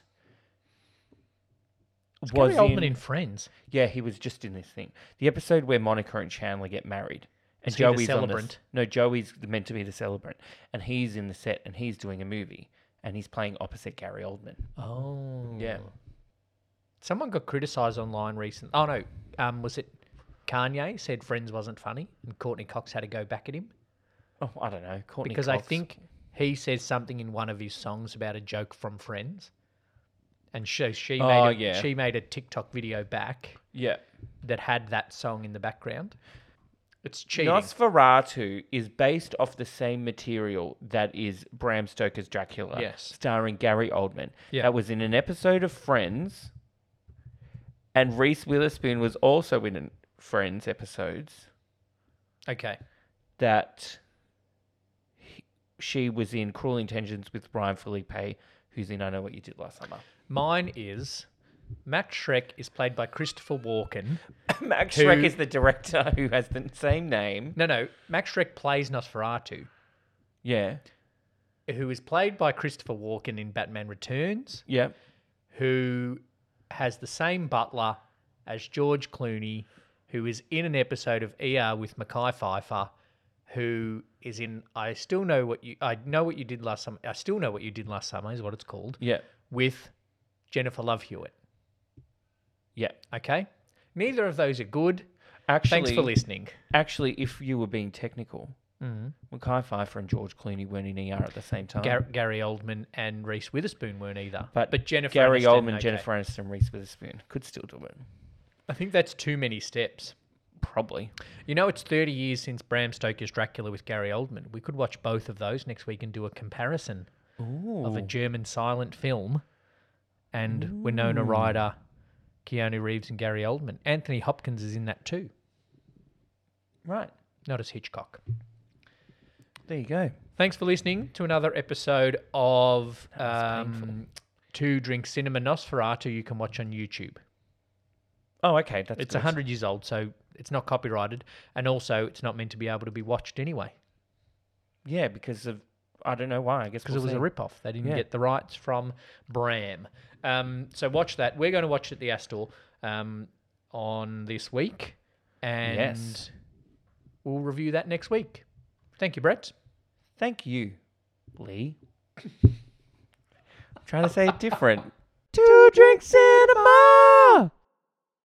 S2: Is Gary
S3: was
S2: Oldman
S3: in,
S2: in, Friends.
S3: yeah he was just in this thing the episode where Monica and Chandler get married and
S2: Is he the
S3: Joey's on this,
S2: celebrant?
S3: no Joey's meant to be the celebrant and he's in the set and he's doing a movie and he's playing opposite Gary Oldman
S2: Oh.
S3: yeah
S2: Someone got criticized online recently. Oh no, um, was it Kanye said Friends wasn't funny, and Courtney Cox had to go back at him
S3: oh I don't know Courtney
S2: because I
S3: Cox.
S2: think he says something in one of his songs about a joke from Friends, and she she made
S3: Oh,
S2: a,
S3: yeah.
S2: she made a TikTok video back
S3: yeah
S2: that had that song in the background. It's cheating.
S3: Nosferatu is based off the same material that is Bram Stoker's Dracula,
S2: Yes.
S3: starring Gary Oldman.
S2: Yeah.
S3: That was in an episode of Friends, and Reese Witherspoon was also in an Friends episodes
S2: okay,
S3: that he- she was in Cruel Intentions with Brian Felipe, who's in I Know What You Did Last Summer.
S2: mine is Max Shrek is played by Christopher Walken.
S3: Max
S2: Who-
S3: Shrek is the director who has the same name.
S2: No, no, Max Shrek plays Nosferatu,
S3: Yeah.
S2: who is played by Christopher Walken in Batman Returns.
S3: Yeah.
S2: who has the same butler as George Clooney, who is in an episode of ER with Mackay Pfeiffer, who is in I still know what you I know what you did last summer. I still know what you did last summer is what it's called
S3: Yeah.
S2: with Jennifer Love Hewitt.
S3: Yeah.
S2: Okay, neither of those are good.
S3: Actually,
S2: Thanks for listening.
S3: Actually, if you were being technical, Mackay Pfeiffer and George Clooney weren't in ER at the same time.
S2: Mm-hmm. Gar- Gary Oldman and Reese Witherspoon weren't either,
S3: but,
S2: but, Jennifer
S3: Gary
S2: Aniston,
S3: Oldman,
S2: okay.
S3: Jennifer Aniston, Reese Witherspoon could still do it.
S2: I think that's too many steps.
S3: Probably.
S2: You know, it's 30 years since Bram Stoker's Dracula with Gary Oldman. We could watch both of those next week and do a comparison of a German silent film and Winona Ryder, Keanu Reeves, and Gary Oldman. Anthony Hopkins is in that too,
S3: Right.
S2: not as Hitchcock.
S3: There you go.
S2: Thanks for listening to another episode of
S3: That was painful.
S2: um, Two Drink Cinema Nosferatu you can watch on YouTube.
S3: Oh, okay. That's
S2: It's
S3: good.
S2: 100 years old, so it's not copyrighted. And also, it's not meant to be able to be watched anyway.
S3: Yeah, because of I don't know why. I guess
S2: because
S3: we'll
S2: it was
S3: see.
S2: a rip-off. They didn't
S3: Yeah.
S2: get the rights from Bram. Um, so watch that. We're going to watch it at the Astor um, on this week, and
S3: Yes.
S2: we'll review that next week. Thank you, Brett.
S3: Thank you, Lee. I'm trying to say it different.
S1: Two Drink Cinema.